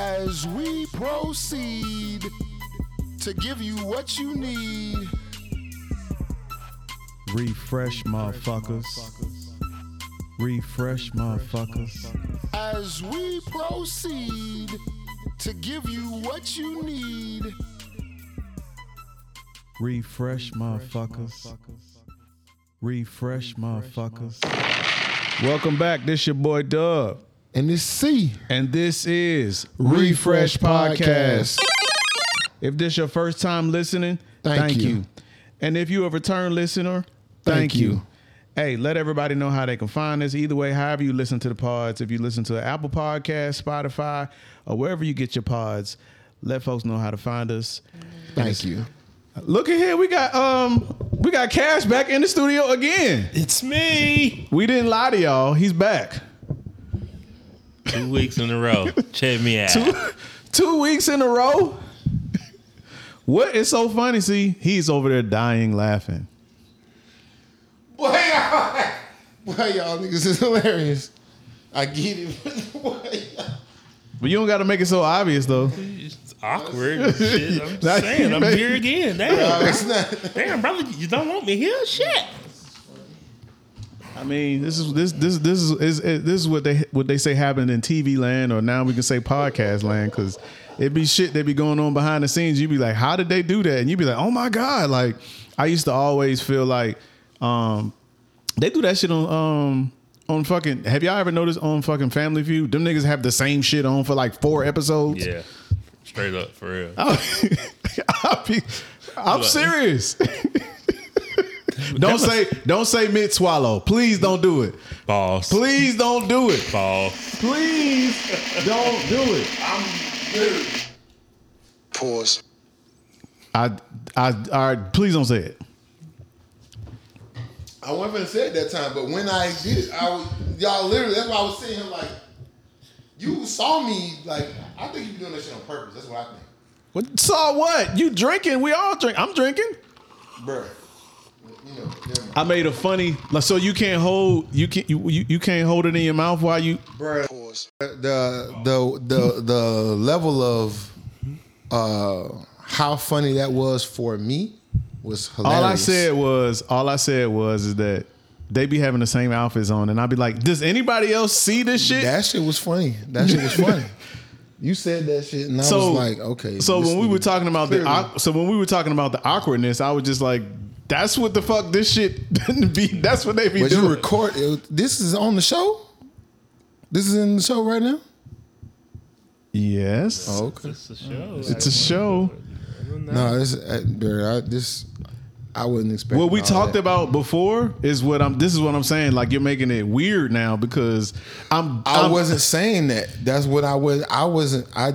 as we proceed to give you what you need. Refresh, motherfuckers. Refresh, motherfuckers. As we proceed to give you what you need. Refresh, motherfuckers. Refresh, motherfuckers. Welcome back. This your boy Dub, And this C and this is Refresh Podcast. If this your first time listening, Thank thank, you. you. And if you a return listener, Thank thank, you. you. Hey, let everybody know how they can find us. Either way, however you listen to the pods, if you listen to Apple Podcasts, Spotify, or wherever you get your pods, let folks know how to find us. Thank you. Look at here, we got um we got Cash back in the studio again. It's me. We didn't lie to y'all. He's back. Two weeks in a row. Check me out. Two weeks in a row. What is so funny? See, he's over there dying laughing. Boy, y'all, boy, y'all niggas is hilarious. I get it. Boy, y'all- But you don't got to make it so obvious though. It's awkward. and Shit. I'm Nah, just saying. I'm you here again. Damn. it's not. Damn, brother. You don't want me here? Shit. I mean, this is this this this is, is this is what they what they say happened in TV land, or now we can say podcast land, because it be shit that be going on behind the scenes. You be like, how did they do that? And you be like, oh my god! Like I used to always feel like um, they do that shit on um on fucking. Have y'all ever noticed on fucking Family Feud? Them niggas have the same shit on for like four episodes. Yeah. Straight up, for real. I'll, I'll be, I'm Look. serious. don't say don't say mid swallow. Please don't do it. Boss. Please don't do it. Ball. Please don't do it. Pause. I, I, all right, please don't say it. I wasn't said that time, but when I did, I was, y'all literally. That's why I was sitting here like, you saw me like. I think you be doing that shit on purpose. That's what I think, What, saw what? You drinking? We all drink. I'm drinking. bruh. You know, never mind. I made a funny. Like, so you can't hold you can't you, you, you can't hold it in your mouth while you. bruh. Pause. the the the the level of uh how funny that was for me was hilarious. All I said was all I said was is that they be having the same outfits on, and I'd be like, does anybody else see this shit? that shit was funny. That shit was funny. you said that shit, and I so was like, okay. So this when we were nigga- talking about the Clearly. awk- so when we were talking about the awkwardness, I was just like, that's what the fuck this shit be. That's what they be but doing. you record it, this is on the show. This is in the show right now. yes. Okay. It's a show. It's a show. No, this I, bruh, I, this I wasn't expecting. What we all talked that. about before is what I'm. This is what I'm saying. Like you're making it weird now because I'm. I I'm- wasn't saying that. That's what I was. I wasn't. I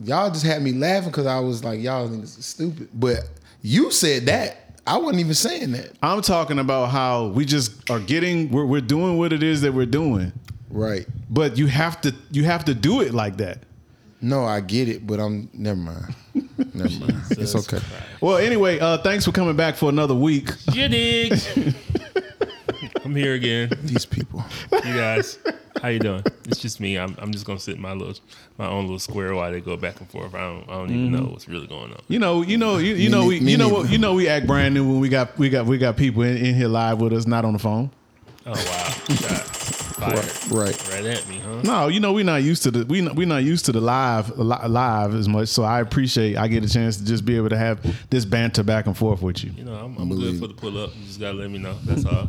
y'all just had me laughing because I was like, y'all niggas is stupid. But you said that. I wasn't even saying that. I'm talking about how we just are getting. We're, we're doing what it is that we're doing, Right. but you have to. You have to do it like that. No, I get it, but I'm never mind. Never mind. It's okay. Well, anyway, uh, thanks for coming back for another week. Jitty. I'm here again. These people. You guys. How you doing? It's just me. I'm, I'm just gonna sit in my little, my own little square while they go back and forth. I don't, I don't even Mm-hmm. know what's really going on. You know, you know, you, you know, ne- we, me you know, neither. what, you know, we act brand new when we got, we got, we got people in, in here live with us, not on the phone. Oh wow. Shots fired. Right. Right. Right at me, huh? No, you know, we're not used to the, we not, we not used to the live, li- live as much. So I appreciate, I get a chance to just be able to have this banter back and forth with you. You know, I'm, I'm good for the pull up. You just gotta let me know. That's all.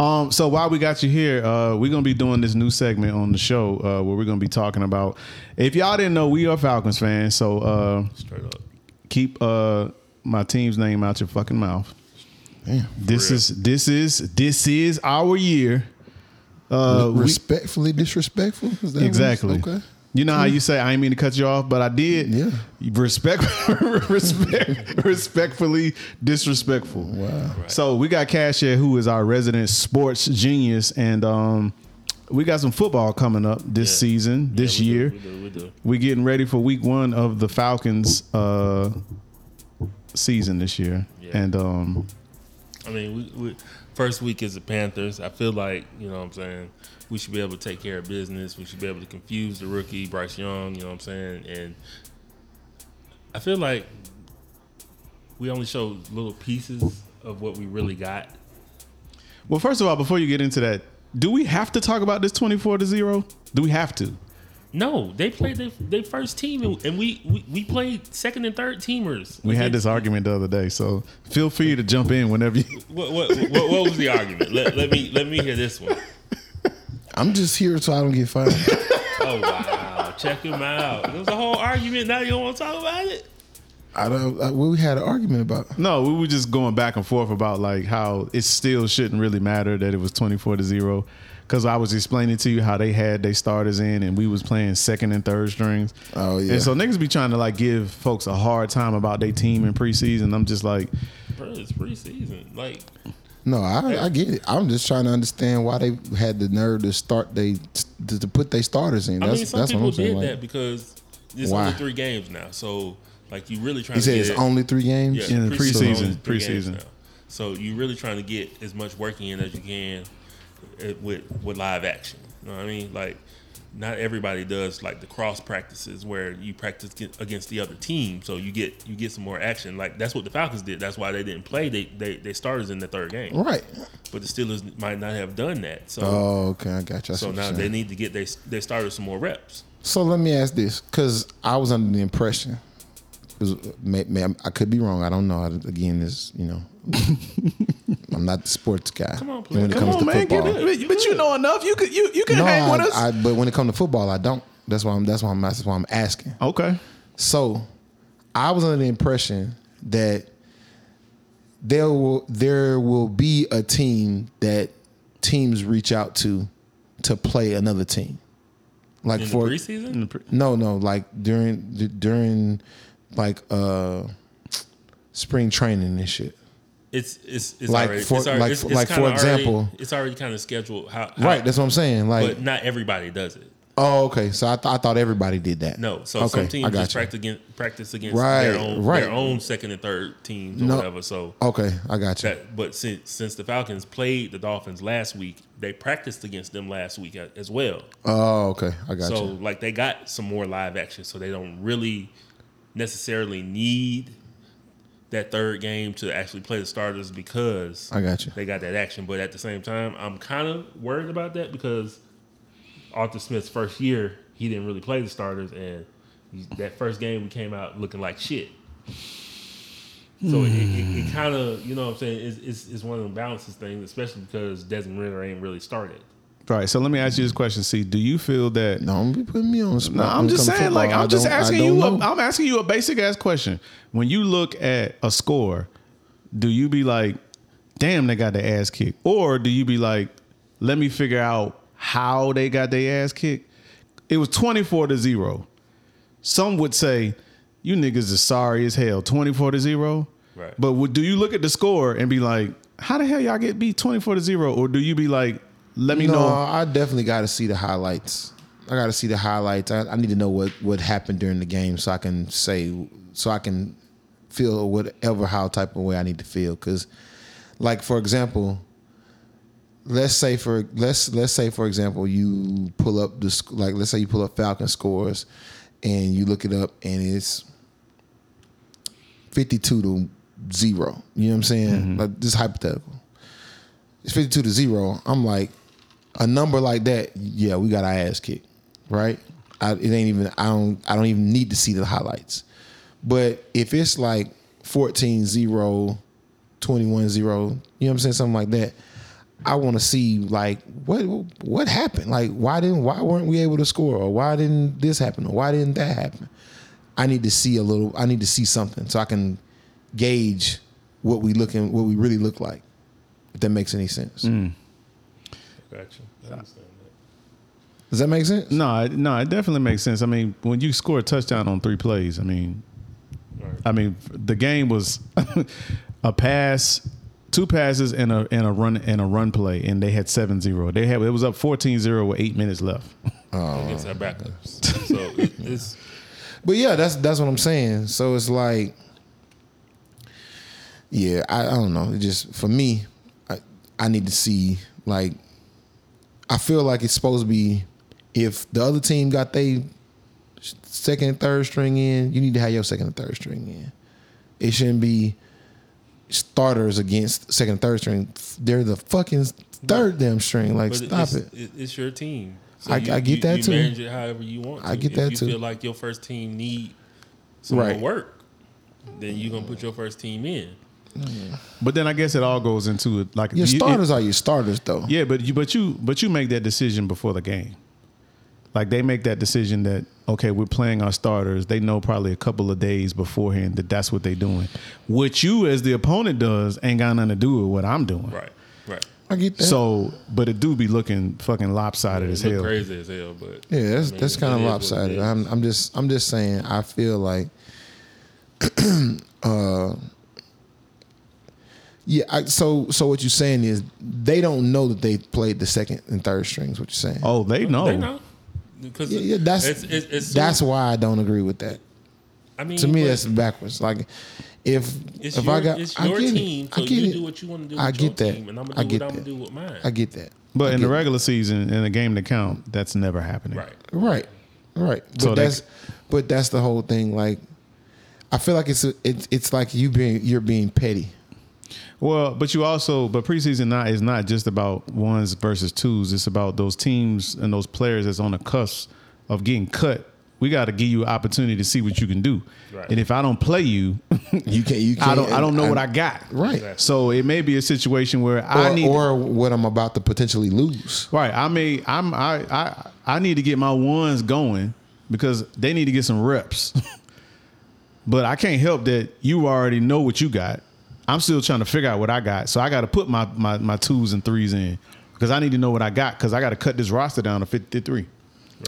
Um, so while we got you here, uh, we're gonna be doing this new segment on the show uh, where we're gonna be talking about. If y'all didn't know, we are Falcons fans, so uh, Straight up. keep uh, my team's name out your fucking mouth. Damn. This real. is this is this is our year. Uh, we- Respectfully disrespectful. Is that what it is? exactly. Okay. You know how you say I ain't mean to cut you off, but I did. Yeah. Respect, respect, respectfully disrespectful. Wow. So we got Cash here, who is our resident sports genius, and um, we got some football coming up this Yeah. season, this Yeah, we do, year. we do, we do. We're getting ready for Week One of the Falcons uh, season this year, Yeah. and um, I mean, we, we first week is the Panthers. I feel like you know what I'm saying. We should be able to take care of business. We should be able to confuse the rookie Bryce Young. You know what I'm saying. And I feel like we only showed little pieces of what we really got. Well, first of all, before you get into that, do we have to talk about this twenty-four to zero? Do we have to? No, they played their, their first team, and, and we, we we played second and third teamers. We had this argument the other day, so feel free to jump in whenever you. What what, what, what was the argument? Let, let me let me hear this one. I'm just here so I don't get fired. Oh wow! Check him out. There was a whole argument. Now you don't want to talk about it. I don't. I, we had an argument about. No, we were just going back and forth about like how it still shouldn't really matter that it was twenty-four to zero, because I was explaining to you how they had they starters in and we was playing second and third strings. Oh, yeah. And so niggas be trying to like give folks a hard time about their team in preseason. I'm just like, Bro, it's preseason. Like No, I, I get it. I'm just trying to understand why they had the nerve to start they to, to put their starters in. I That's mean, some that's what people I'm did saying. Like, that because it's Why? only three games now. So like you really trying he to said get it's only three yeah, games. Yeah, the preseason only preseason, three games preseason. now. So you really trying to get as much working in as you can uh, with with live action. You know what I mean? Like not everybody does like the cross practices where you practice ge- against the other team, so you get you get some more action. Like that's what the Falcons did. That's why they didn't play. They they, they starters in the third game, Right. but the Steelers might not have done that. So Oh, okay. I got you. so now they need to get they they started some more reps. So let me ask this, because I was under the impression, 'cause may, may, I could be wrong. I don't know. Again, this you know, I'm not the sports guy. Come on, When please. it Come comes to football, but you know enough. You could you you can no, I, I, but when it comes to football, I don't. That's why I'm. That's why I'm. That's why I'm asking. okay. So, I was under the impression that there will there will be a team that teams reach out to to play another team, like In the for mm. preseason? no, no, like during d- during like uh spring training and shit. It's it's it's Like already, for- it's already, like- it's, it's like for kinda example- already, it's already kind of scheduled. How, how- Right, that's what I'm saying. Like, but not everybody does it. oh, okay. So I, th- I thought everybody did that. No, so okay, some I teams got just you. practice against, practice against Right, their own right. their own second and third teams or No. whatever. So Okay, I got you. that but since since the Falcons played the Dolphins last week, they practiced against them last week a- as well. oh, okay, I got So you. like they got some more live action, so they don't really necessarily need that third game to actually play the starters because I got you. they got that action. But at the same time, I'm kind of worried about that because Arthur Smith's first year, he didn't really play the starters, and that first game we came out looking like shit. So it, it, it kind of, you know what I'm saying, it's, it's, it's one of the balances things, especially because Desmond Ritter ain't really started. Right. So let me ask you this question. See, do you feel that No, don't be putting me on the spot. No, I'm when it just comes to saying, like, football. I I'm just don't- I asking don't you. know. A, I'm asking you a basic ass question. When you look at a score, do you be like, "Damn, they got their ass kicked," or do you be like, "Let me figure out how they got their ass kicked"? It was 24 to zero. Some would say, "You niggas is sorry as hell." 24 to zero. Right. But would, do you look at the score and be like, "How the hell y'all get beat 24 to zero?" Or do you be like, "Let me no, know"? I definitely got to see the highlights. I got to see the highlights. I, I need to know what what happened during the game so I can say so I can feel whatever how type of way I need to feel. Because, like for example, let's say for let's let's say for example you pull up the sc- like let's say you pull up Falcon scores and you look it up and it's fifty two to zero. You know what I'm saying? Mm-hmm. Like this is hypothetical. It's fifty two to zero. I'm like a number like that, yeah, we got our ass kicked, right? I, it ain't even. I don't. I don't even need to see the highlights. But if it's like 14-0, 21-0, you know what I'm saying, something like that. I want to see like what what happened. Like why didn't why weren't we able to score or why didn't this happen or why didn't that happen? I need to see a little. I need to see something so I can gauge what we looking what we really look like. If that makes any sense. Gotcha. I understand that. Does that make sense? No, it- no, it definitely makes sense. I mean, when you score a touchdown on three plays, I mean, I mean, the game was a pass, two passes, and a and a run and a run play, and they had 7-0. They had it was up 14-0 with eight minutes left. Oh, against our backups. So it, it's But yeah, that's that's what I'm saying. So it's like yeah, I, I don't know. It just for me, I, I need to see like I feel like it's supposed to be if the other team got they second and third string in, you need to have your second and third string in. It shouldn't be starters against second and third string. They're the fucking third damn string. Like But stop it's, it. It's your team. So I- I get you, that you too. Manage it however you want. To. I get if that you too. Feel like your first team need some Right. more work, then you are gonna put your first team in. But then I guess it all goes into it. Like Your you- it- starters are your starters though. yeah, but you but you but you make that decision before the game. Like they make that decision that okay, we're playing our starters. They know probably a couple of days beforehand that that's what they're doing. What you as the opponent does ain't got nothing to do with what I'm doing. Right. Right. I get that. So, but it do be looking fucking lopsided as It look hell. crazy as hell, but Yeah, that's I mean, that's kind it of is what it lopsided. is. I'm I'm just I'm just saying I feel like uh yeah, I, so so what you're saying is they don't know that they played the second and third strings what you're saying. Oh, they know. They know. Because yeah, yeah, that's it's, it's, it's that's why I don't agree with that. I mean To me but that's backwards. Like if it's if your, I got it's I your get team, it. so I get you it. do what you want to do. With I your get that. team, and I'm I gonna do get what I'm gonna that. do with mine. I get that. But I in the get it. regular season, in a game to count, that's never happening. right. Right, right. But So they- that's but that's the whole thing. Like, I feel like it's a, it's it's like you being you're being petty. Well, but you also, but preseason not is not just about ones versus twos. It's about those teams and those players that's on the cusp of getting cut. We got to give you an opportunity to see what you can do. Right. And if I don't play you, You can't. You can't. I don't. I don't know what I got. Right. Exactly. So it may be a situation where Or, I need. or what I'm about to potentially lose. Right. I may I'm I I I need to get my ones going because they need to get some reps. but I can't help that you already know what you got. I'm still trying to figure out what I got. So I got to put my, my my twos and threes in because I need to know what I got cuz I got to cut this roster down to 53.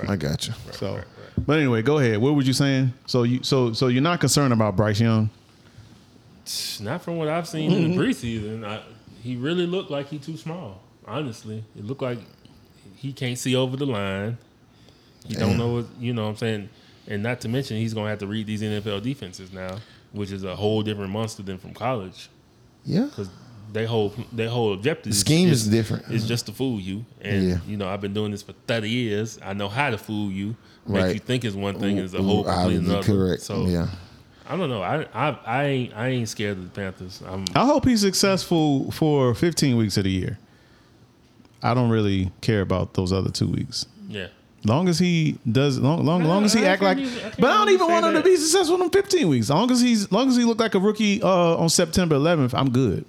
I got you. So But anyway, go ahead. What were you saying? So you so so you're not concerned about Bryce Young? Not from what I've seen in Mm-hmm. the preseason. I, he really looked like he too small. Honestly, it looked like he can't see over the line. He don't know what you know. what I'm saying, and not to mention he's gonna have to read these NFL defenses now, which is a whole different monster than from college Yeah. because they whole they whole objective is- scheme is different. It's just to fool you, and Yeah. you know I've been doing this for 30 years. I know how to fool you. Make Right. you think it's one thing, it's a Ooh, whole complete obviously another. Correct. So yeah. I don't know. I, I I ain't I ain't scared of the Panthers. I'm I hope he's successful for 15 weeks of the year. I don't really care about those other 2 weeks. yeah. Long as he does, long long, No, long as he I act like, can't even- I can't but I don't even even say want him that. to be successful in 15 weeks. Long as he's, long as he look like a rookie uh, on September 11th, I'm good.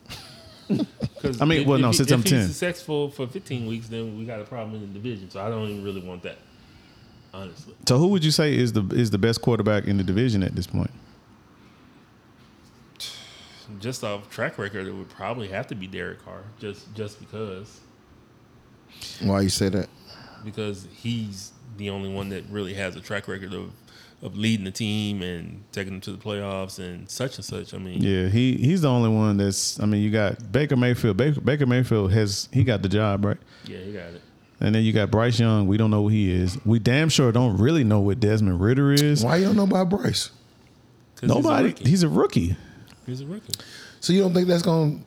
'Cause I mean, well, no, he- since I'm if 10. he's successful for 15 weeks, then we got a problem in the division. So I don't even really want that, honestly. So who would you say is the is the best quarterback in the division at this point? Just off track record, it would probably have to be Derek Carr, just just because Why you say that? because he's the only one that really has a track record of of leading the team and taking them to the playoffs and such and such. I mean, Yeah, he he's the only one that's. I mean, you got Baker Mayfield. Baker, Baker Mayfield has he got the job right, yeah, you got it. and then you got Bryce Young. We don't know who he is. We damn sure don't really know what Desmond Ritter is. Why you don't know about Bryce? 'Cause Nobody. He's He's a a rookie. rookie. He's a rookie. So you don't think that's gonna?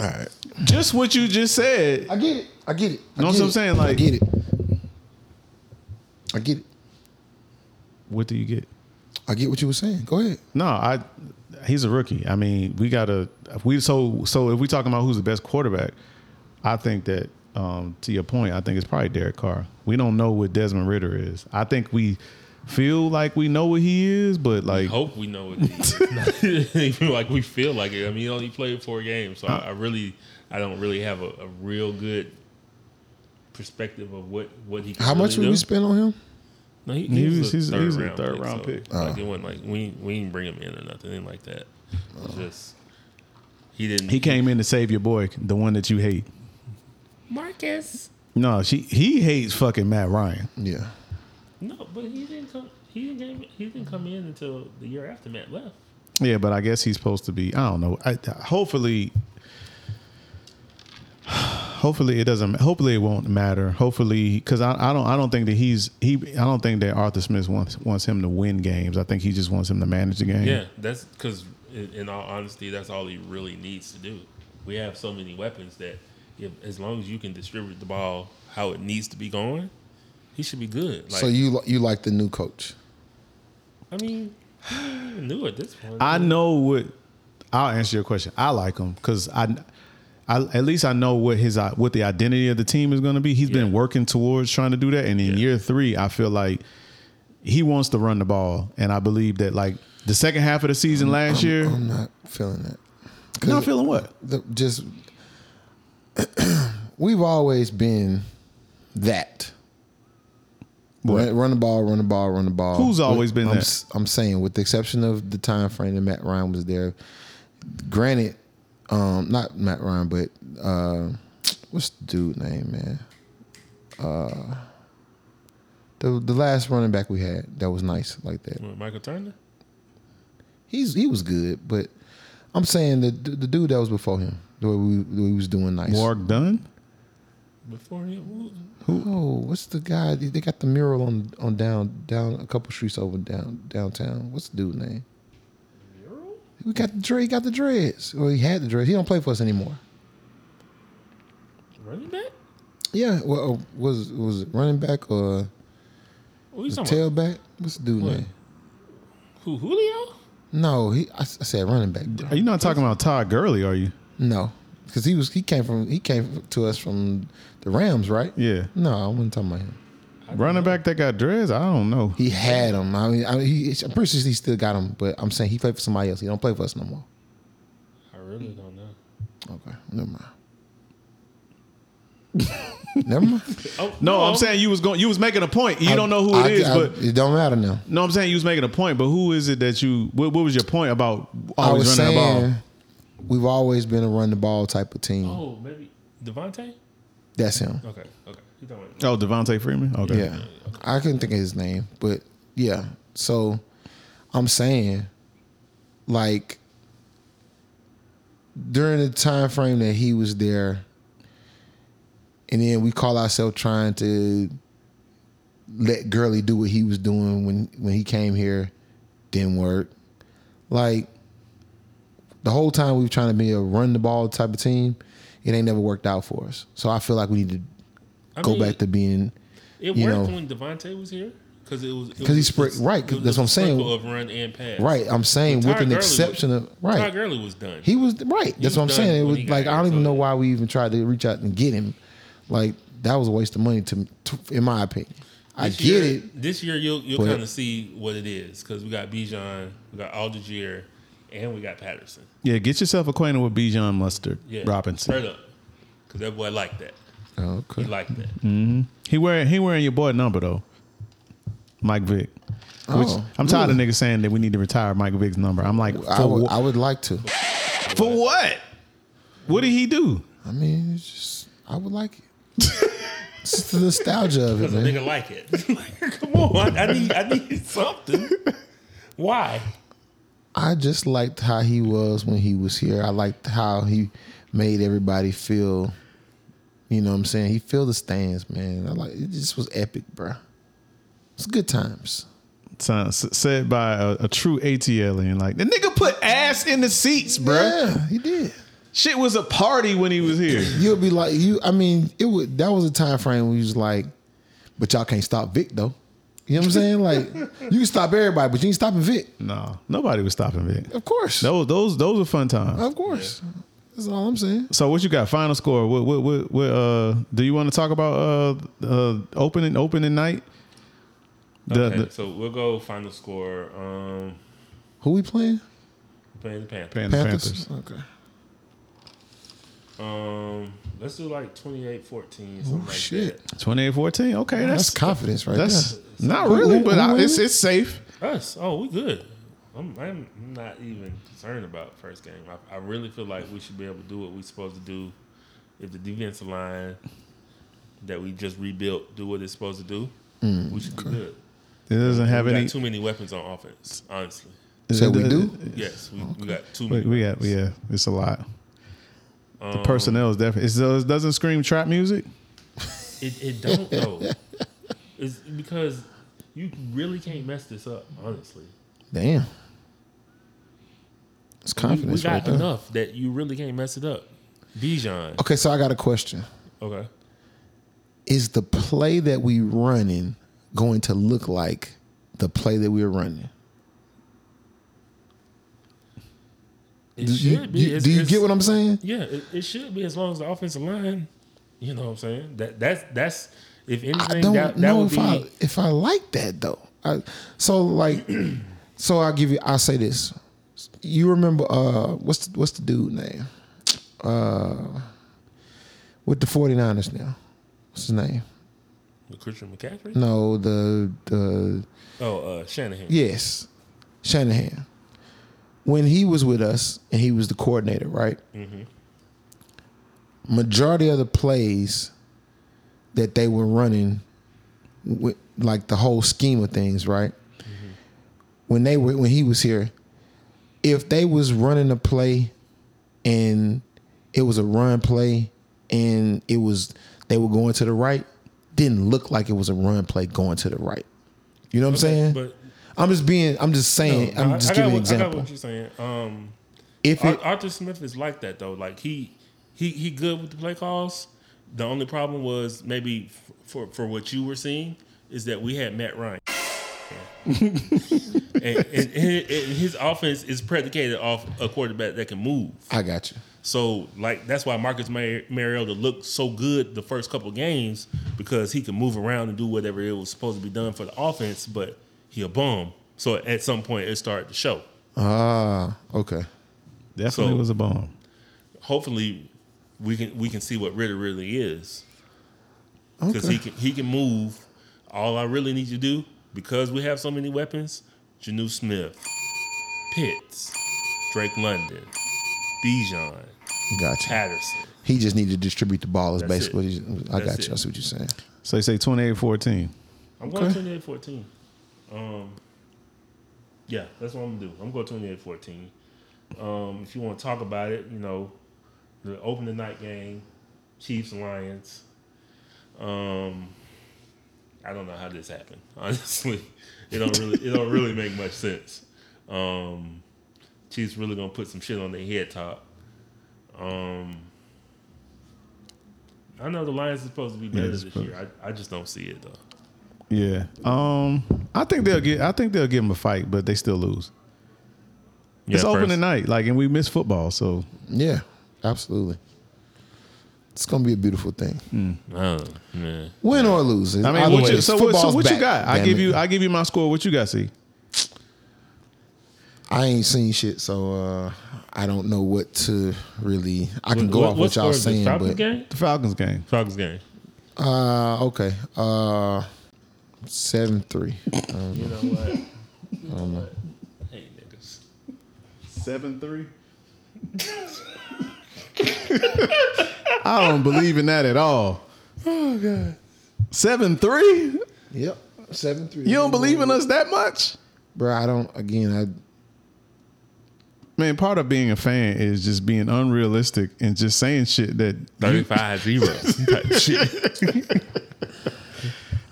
All right. Just what you just said. I get it. I get it. I Know what get I'm it. saying? I Like- get it. I get it. What do you get? I get what you were saying. Go ahead. No, I. He's a rookie. I mean, we gotta. if We so so if we talking about who's the best quarterback, I think that um, to your point, I think it's probably Derek Carr. We don't know what Desmond Ritter is. I think we feel like we know what he is, but like hope we know what it is. It's not even like we feel like it. I mean, he only played four games, so I, I really, I don't really have a, a real good perspective of what what he. Can How really much would do. we spend on him? No, he, He he, was- was, he's- a third he's a round third pick, round so, pick. Like Uh. it wasn't like we we didn't bring him in or nothing ain't like that. Uh. It's just he didn't. he came in to save your boy, the one that you hate. Marcus. No, she he hates fucking Matt Ryan. Yeah. No, but he didn't come. He didn't. Came, he didn't come in until the year after Matt left. Yeah, but I guess he's supposed to be. I don't know. I, hopefully, hopefully it doesn't. Hopefully it won't matter. Hopefully, because I, I don't I don't think that he's he. I don't think that Arthur Smith wants wants him to win games. I think he just wants him to manage the game. Yeah, that's because in, in all honesty, that's all he really needs to do. We have so many weapons that if, as long as you can distribute the ball how it needs to be going, he should be good. Like, so you li- you like the new coach? I mean, he ain't even new at this point. I know what. I'll answer your question. I like him because I, I at least I know what his uh, what the identity of the team is going to be. He's been Yeah. working towards trying to do that, and in Yeah. year three, I feel like he wants to run the ball, and I believe that like the second half of the season Um, last year, I'm not feeling that. not feeling what the, just we've always been that. What? Run, run the ball, run the ball, run the ball. Who's always With- been I'm, that? s- I'm saying, with the exception of the time frame that Matt Ryan was there. Granted, um, not Matt Ryan, but uh, what's the dude name, man? Uh, the the last running back we had that was nice like that. What, Michael Turner. He's he was good, but I'm saying the the dude that was before him, the way we, the way we was doing nice. Mark Dunn. Before him, Oh, what's the guy? They got the mural on on down down a couple streets over down downtown. What's the dude name? We got the dread. He got the dreads. Well, he had the dreads. He don't play for us anymore. running back. Yeah. Well, uh, was was it running back or What are you talking about? tailback? What's the dude What? name? Who Julio? No, he. I, s- I said running back. bro. Are you not talking about Todd Gurley? Are you? No, because he was he came from he came to us from the Rams, right? Yeah, No, I wasn't talking about him. running back that got dreads. I don't know. He had him. I mean, I mean he, I'm pretty sure he still got him, but I'm saying he played for somebody else. He don't play for us no more. I really don't know. Okay, never mind. never mind. Oh No, I'm saying you was going. You was making a point. You don't know who it it is, I, but it don't matter now. No, I'm saying you was making a point, but who is it that you? What, what was your point about I always was running the saying ball? we've always been a run the ball type of team. Oh, maybe Devontae. That's him. Okay, okay. You talking about? Oh, Devontae Freeman. Okay. Yeah, I couldn't think of his name, but yeah. So I'm saying, like, during the time frame that he was there, and then we call ourselves trying to let Gurley do what he was doing when when he came here, didn't work. Like the whole time we've trying to be a run the ball type of team, it ain't never worked out for us. So I feel like we need to I go mean, back to being It you worked know. when Devontae was here because it was 'Cause he spread- right, 'cause that's what I'm saying. Of run and pass. Right, I'm saying Todd with an Gurley exception of Todd right, Gurley was done. he was right. was That's what I'm done saying. It when was he got like I don't here, even so- know why we even tried to reach out and get him. Like that was a waste of money to, me- to in my opinion. I This get year- it. This year you'll you'll but- kind of see what it is because we got Bijan, we got Aldegier, and we got Patterson. Yeah, get yourself acquainted with Bijan Mustard Yeah, Robinson. straight up because that boy liked that. He Okay. liked that. Mm-hmm. He wearing he wearing your boy number though. Mike Vick. Which Oh, I'm tired really? of niggas saying that we need to retire Mike Vick's number. I'm like, for, I would, wh- I would like to. for what? What did he do? I mean, it's just I would like it. it's just the nostalgia of it, Does a man. nigga like it? Like, come on, I need I need something. Why? I just liked how he was when he was here. I liked how he made everybody feel. You know what I'm saying? He filled the stands, man. I like it. Just was epic, bruh. It's good times. Son, s- said by a, a true ATLian. Like the nigga put ass in the seats, bruh. Yeah, he did. Shit was a party when he was here. You'll be like you. I mean, it would. That was a time frame where you was like, but y'all can't stop Vic though. You know what I'm saying? Like you can stop everybody, but you ain't stopping Vic. no, nobody was stopping Vick. Of course. Those those those are fun times. Of course. That's all I'm saying. So what you got? Final score. What what what, what uh do you want to talk about uh uh opening opening night? The, Okay, the so we'll go final score. Um, Who we playing? playing the Panthers. Pan- Panthers. Panthers. Okay. Um, let's do like 28 14, something Oh, like shit. that. 28-14. Okay, that's That's, that's, confidence, right? there. not really, who- but who I, it's win? it's safe. Us. Oh, we good. I'm, I'm not even concerned about first game. I, I really feel like we should be able to do what we're supposed to do. If the defensive line that we just rebuilt do what it's supposed to do, Mm, we should be good. It doesn't have we any. got too many weapons on offense, honestly. So we do? Yes, we, we got too We, many. we got yeah. It's a lot. The Um, personnel is definitely. So it doesn't scream trap music. It, it don't though. it's because you really can't mess this up, honestly. Damn. It's We, we confidence right got there. enough that you really can't mess it up. Bijan. Okay, so I got a question. Okay. Is the play that we running going to look like the play that we're running? It Do you, should be. you- It's- do you it's- get what I'm saying? Yeah, it, it should be as long as the offensive line. You know what I'm saying? That that's that's if I anything don't that, that know would if be I if I like that though. I, so like, so I will give you. I will say this. You remember uh what's the, what's the dude name? Uh, with the 49ers now. What's his name? Christian McCaffrey. No, the the Oh, uh, Shanahan. yes, Shanahan. When he was with us and he was the coordinator, right? Mm-hmm. Majority of the plays that they were running, with, like the whole scheme of things, right? Mm-hmm. When they were when he was here, if they was running a play and it was a run play and it was they were going to the right, didn't look like it was a run play going to the right. You know what Okay, I'm saying? but- I'm just being I'm just saying No, I'm I- just I got giving an what- I got example. what you're saying. Um, If Ar- it Arthur Smith is like that though. Like he he he good with the play calls. The only problem was maybe f- for for what you were seeing is that we had Matt Ryan. and, and, and and his offense is predicated off a quarterback that can move. I got you. So like that's why Marcus Mar- Mariota looked so good the first couple games because he could move around and do whatever it was supposed to be done for the offense, but he a bum. So at some point it started to show. Ah, okay. Definitely So- was a bomb. Hopefully we can we can see what Ritter really is because Okay. he can he can move. All I really need to do because we have so many weapons: Janu Smith, Pitts, Drake London, Bijan, Gotcha. Patterson. He just needed to distribute the ball. Is Ah. That's it. basically I That's got it. you. I see what you're saying. So you say 28-14. I'm going Okay. 28 14. Um, yeah, that's what I'm gonna do. I'm going 28 14. Um, if you want to talk about it, you know, the opening night game, Chiefs Lions. Um, I don't know how this happened. Honestly, it don't really it don't really make much sense. Um, Chiefs really gonna put some shit on their head top. Um, I know the Lions is supposed to be better it's this supposed- year. I, I just don't see it though. Yeah. Um I think they'll get I think they'll give them a fight, but they still lose. it's open tonight, like and we miss football, so Yeah, absolutely. It's gonna be a beautiful thing. Oh, man. Win or lose. I mean, Either what way, you, so, what, so football's what you back, got? I damn give it. you I give you my score. What you got? See, I ain't seen shit, so uh, I don't know what to really. I can What- go what- off what what score y'all is this? saying, Falcons but game? the Falcons game. Falcons game. uh, okay, uh, seven three. Um, You know what? Hey, niggas. Seven three. I don't believe in that at all. oh god. Seven three? Yep, seven three. You don't believe in us that much? bro? I don't. Again, I Man, part of being a fan is just being unrealistic and just saying shit that. 35 0. shit.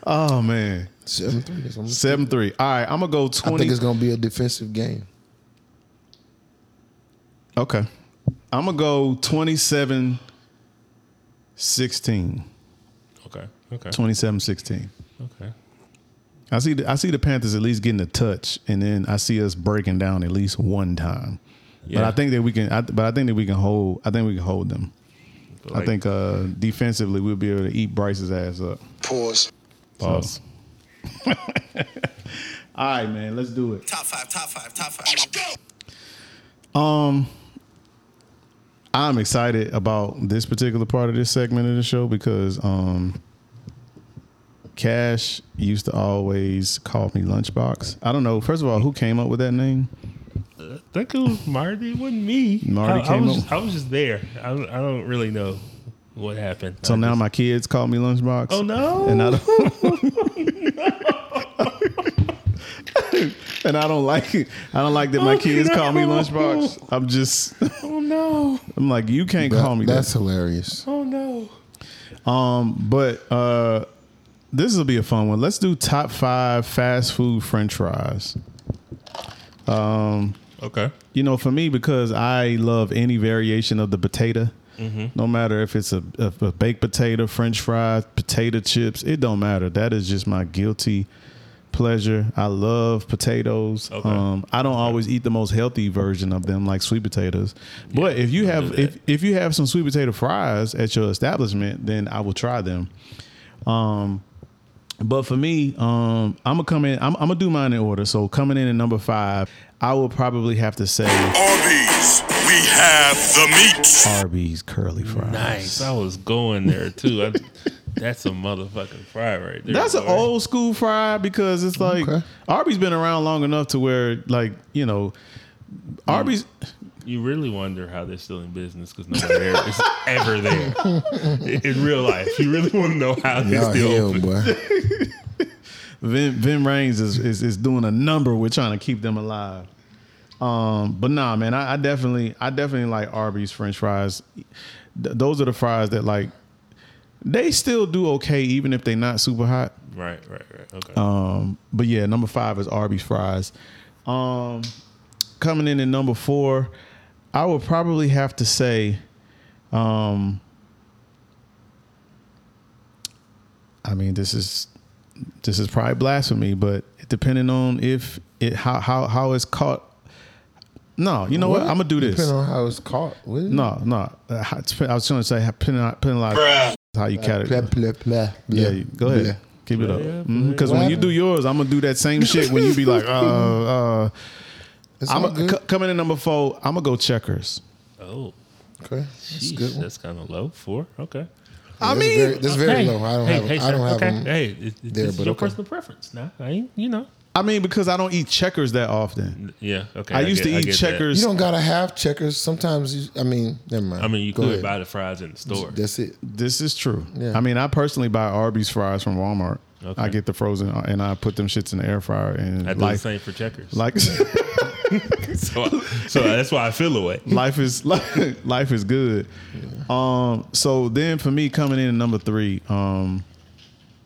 Oh man, seven three. Is, I'm, seven three. All right, I'm gonna go I think twenty. it's gonna be a defensive game. Okay, I'm gonna go 27 16. Okay. Okay. 27 16. Okay. I see. The, I see the Panthers at least getting a touch, and then I see us breaking down at least one time. Yeah. But I think that we can. I, but I think that we can hold. I think we can hold them. I Like, think uh, defensively we'll be able to eat Bryce's ass up. Pause. Pause. All right, man. Let's do it. Top five, top five, top five. Go! Um, I'm excited about this particular part of this segment of the show because um, Cash used to always call me Lunchbox. I don't know. First of all, who came up with that name? That was Marty. It wasn't me. Marty I, came I was up. Just, I was just there. I, don't- I don't really know what happened. So I now just- my kids call me Lunchbox. Oh, no. and I don't. and I don't like it. I don't like that my Oh, kids call me no. lunchbox. I'm just. oh, no. I'm like you can't call me That's that. hilarious. Oh, no. But uh, this will be a fun one. Let's do top five fast food French fries. Okay. you know, for me, because I love any variation of the potato, Mm-hmm. no matter if it's a, a, a baked potato, French fries, potato chips, it don't matter. That is just my guilty pleasure. I love potatoes. Okay. Um, I don't always eat the most healthy version of them, like sweet potatoes. but if you have if, if you have some sweet potato fries at your establishment, then I will try them. But for me, um, I'm gonna come in. I'm, I'm gonna do mine in order. So coming in at number five, I will probably have to say. Arby's, we have the meat. Arby's curly fries. Nice. I was going there too. I, that's a motherfucking fry right there. That's an boy. old school fry because it's like Okay. Arby's been around long enough to where like you know Arby's. You really wonder how they're still in business because nobody there is ever there in, in real life. You really want to know how they Y'all still. hell, open. boy. Vin, Vin Reigns is, is is doing a number. We're trying to keep them alive. Um, but nah, man, I, I definitely I definitely like Arby's French fries. Th- those are the fries that like they still do okay even if they're not super hot. Right, right, right. Okay. Um, but yeah, number five is Arby's fries. Um, coming in at number four, I would probably have to say, um, I mean, this is this is probably blasphemy, but depending on if it how how how it's caught. No, you know what? I'm gonna do this. Depending on how it's caught. What is it? no, no. Uh, how- I was trying to say how penal- penalize how you Blah, categorize. blah, blah, blah, Yeah, you- go ahead. blah. Keep it up. Yeah, Because when you do yours, I'm gonna do that same shit. When you be like, uh, uh, It's I'm all a, good. c- coming in number four. I'm gonna go checkers. oh, okay. That's a sheesh, good that's, one. kind of low. Four. Okay. I That's mean, very, that's very Hey, low. I don't hey, have. Hey, I don't sir, have. okay. them. Hey, it, it, this there, is but your okay. personal preference. Now, I ain't, you know. I mean because I don't eat checkers that often. Yeah. Okay. I used get- to eat get that. You checkers. don't gotta have checkers. Sometimes you. I mean, never mind. I mean, you Go could ahead. buy the fries in the store. That's it. This is true. Yeah. I mean, I personally buy Arby's fries from Walmart. Okay. I get the frozen uh, and I put them shits in the air fryer and I do the life, same for checkers. like so, I- so that's why I feel away. life is life, is good. Um, so then for me coming in at number three, um,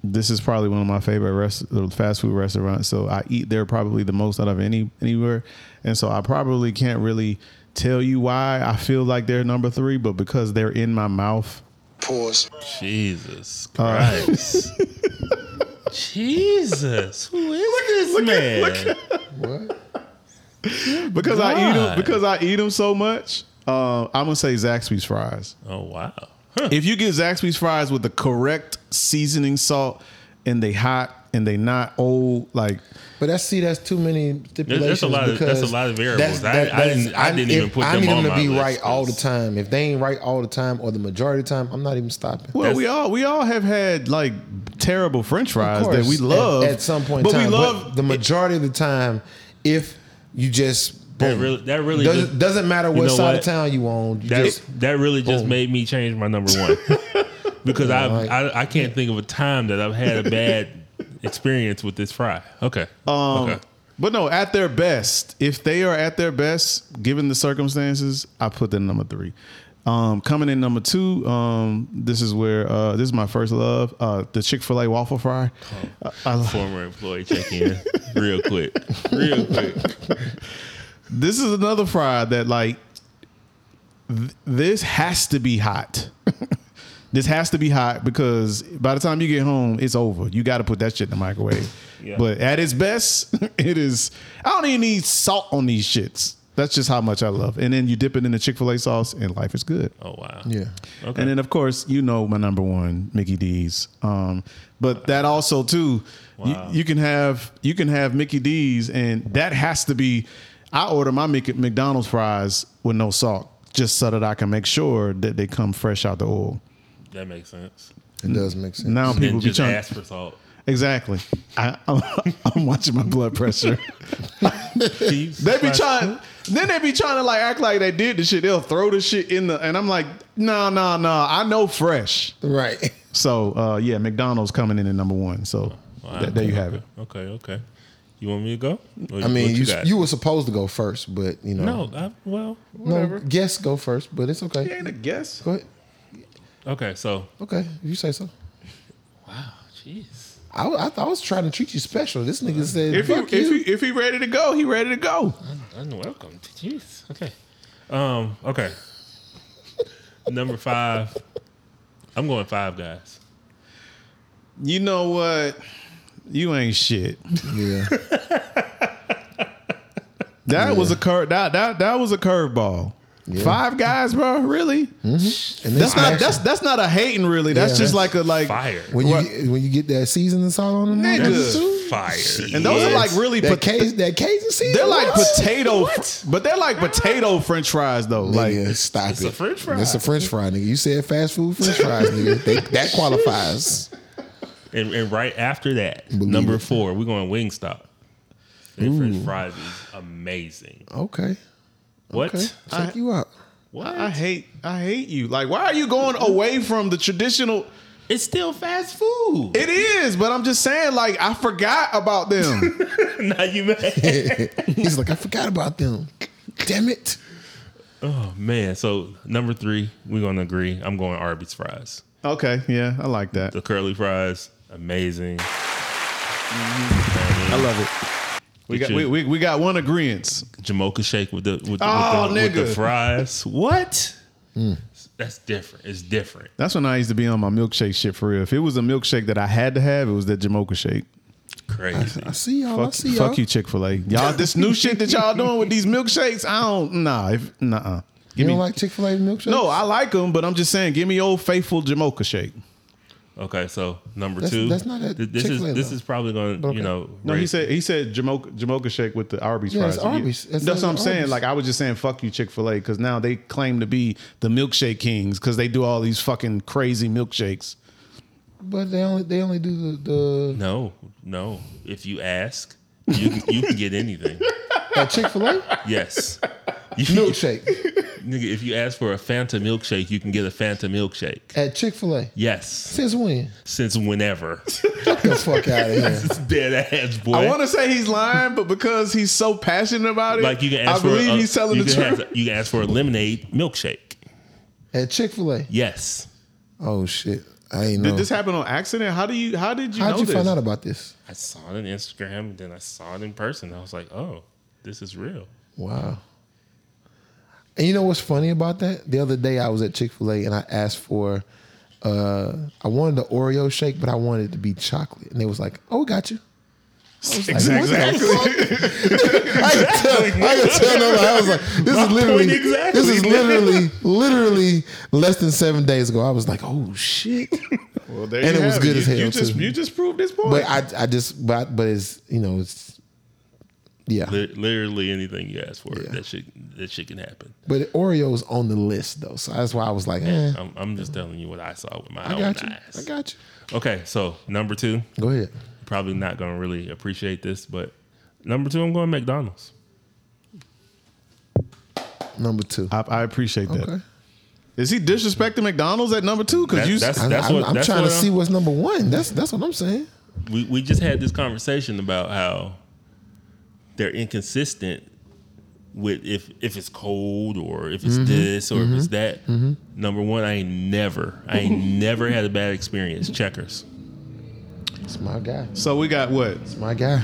this is probably one of my favorite rest, fast food restaurants. So I eat there probably the most out of any anywhere, and so I probably can't really tell you why I feel like they're number three, but because they're in my mouth. Pause. Uh, Jesus Christ. Jesus. Who is this man? What? Because I eat them. God. Because I eat them so much. Uh, I'm gonna say Zaxby's fries. Oh, wow. Huh. if you get Zaxby's fries with the correct seasoning salt and they hot and they not old, like But that's see, that's too many stipulations. a lot of- that's because a lot of variables. that's- I- I didn't- that's- I didn't even put I them need on them to my be list, right all the 'cause- time. If they ain't right all the time or the majority of the time, I'm not even stopping. well, we all we all have had like terrible French fries Of that course, we love at, at some point. but in time, we love the majority of the time. If you just boom, That really, that really doesn't, just, doesn't matter what know side what? of town you on. You that, just that really just boom. made me change my number one because I, like- I I can't think of a time that I've had a bad experience with this fry. Okay. um, okay. But no, at their best, if they are at their best, given the circumstances, I put them number three. Um, coming in number two, um, this is where uh, this is my first love, uh, the Chick Fil A waffle fry. Oh. Uh, I- Former employee check in real quick, real quick. this is another fry that like th- this has to be hot. this has to be hot because by the time you get home, it's over. You got to put that shit in the microwave. Yeah. But at its best, it is. I don't even need salt on these shits. That's just how much I love. And then you dip it in the Chick Fil A sauce, and life is good. Oh wow. yeah. Okay. And then of course, you know my number one, Mickey D's. Um, but that also too, Wow. you, you can have you can have Mickey D's, and that has to be. I order my Mickey, McDonald's fries with no salt, just so that I can make sure that they come fresh out the oil. that makes sense. It Mm. does make sense. Now people Then be just trying ask for salt. exactly. I, I'm, I'm watching my blood pressure. They be trying. Then they be trying to like act like they did the shit. They'll throw the shit in the, and I'm like, no, no, no. I know fresh. Right. So uh, yeah, McDonald's coming in at number one. So Wow. th- there you have it. Okay. Okay. You want me to go? Or I mean, what you you, got? were supposed to go first, but you know, no. I, well, no guests go first, but it's okay. ain't a guess. Go ahead. okay. So, Okay, if you say so. jeez. I, I, I was trying to treat you special. This nigga said, If he, "Fuck if he if he ready to go, he ready to go. Unwelcome. Jeez. Okay. Um. Okay. Number five. I'm going five guys. You know what? You ain't shit. Yeah. That was a curve. That that that was a curveball. Five guys, bro. Really? And That's they not smash that's it. that's not a hating. Really, that's Mm-hmm. Yeah, just like that's a like. Fire. when you what- get, when you get that seasoning salt on them. Nigga. motherfuckers, too. Fire. And those are like really. That pot- case, that case is seasoning. they're like What? potato, but they're like potato French fries though. Like Nigga, stop it's it. a French fry. It's a French fry, nigga. You said fast food French fries, nigga. They, that qualifies. And, and right after that, Believe number it. four, we're going Wingstop. Their French fries is amazing. Okay, What? okay. Check you out. What? I hate I hate you. Like why are you going away from the traditional? it's still fast food. It is, but I'm just saying. Like I forgot about them. now you mad? He's like, I forgot about them. Damn it. oh man. So number three, we're gonna agree. I'm going Arby's fries. okay, yeah, I like that. The curly fries, amazing. I love it. We got we, we, we got one agreement. Jamocha shake with the with, the- with Oh, the, with the nigga. fries. What? Hmm. That's different. It's different. That's when I used to be on my milkshake shit for real. If it was a milkshake that I had to have, it was that Jamocha shake. Crazy. I see y'all. Oh, I Fuck, see y'all. fuck you, Chick Fil A. Y'all, this new shit that y'all doing with these milkshakes, I don't. Nah, if, nah. You Give me don't like Chick Fil A milkshake? no. I like them, but I'm just saying, give me old faithful Jamocha shake. Okay, so number That's- two. that's not at Th- This is Chick-fil-A, this though. is probably going to Okay. you know. No, he raise- said he said Jamocha, Jamocha shake with the Arby's Yeah, fries. it's Arby's. It's That's what I'm Arby's. saying. Like I was just saying, fuck you, Chick Fil A, because now they claim to be the milkshake kings because they do all these fucking crazy milkshakes. but they only they only do the, the no, no. If you ask, you can- you can get anything. at Chick Fil A Yes. You, milkshake Nigga, if you ask for a Fanta milkshake, you can get a Fanta milkshake. at Chick Fil A. Yes. Since when? Since whenever. Get the fuck out of here. It's dead ass boy. I want to say he's lying, but because he's so passionate about it, like you can ask I for believe a, uh, he's telling you the can truth. ask- you can ask for a lemonade milkshake. At Chick Fil A. Yes. Oh shit. I ain't know. Did this happen on accident? How do you? How did you? How'd know you this? find out about this? I saw it on Instagram, then I saw it in person. I was like, oh, this is real. Wow. And you know what's funny about that? The other day I was at Chick Fil A and I asked for, uh, I wanted the Oreo shake, but I wanted it to be chocolate, and they was like, "Oh, we got you." Exactly. I could tell. I could tell nobody. I was like, "This is literally, point exactly. this is literally, literally less than seven days ago." I was like, "Oh shit!" Well, there And you it was have good You- as hell, You just too. you just proved this point. But I, I just, but, but it's, you know, it's, yeah. Li- literally anything you ask for, Yeah. that shit that shit can happen. But Oreo's on the list though, so that's why I was like, eh, I'm, I'm just telling you what I saw with my I own got you. I eyes. got you. Okay, so number two, Go ahead. probably not gonna really appreciate this, but number two, I'm going McDonald's. Number two. I, I appreciate that. Is Okay. he disrespecting McDonald's at number two? Because That- you that's- I'm, That's what- I'm- I'm that's trying what to I'm- see what's number one. That's that's what I'm saying. we, we just had this conversation about how they're inconsistent with if if it's cold or if Mm-hmm. it's this or if it's that. Number one, I ain't never, I ain't never had a bad experience. Checkers. It's my guy. so we got what? It's my guy.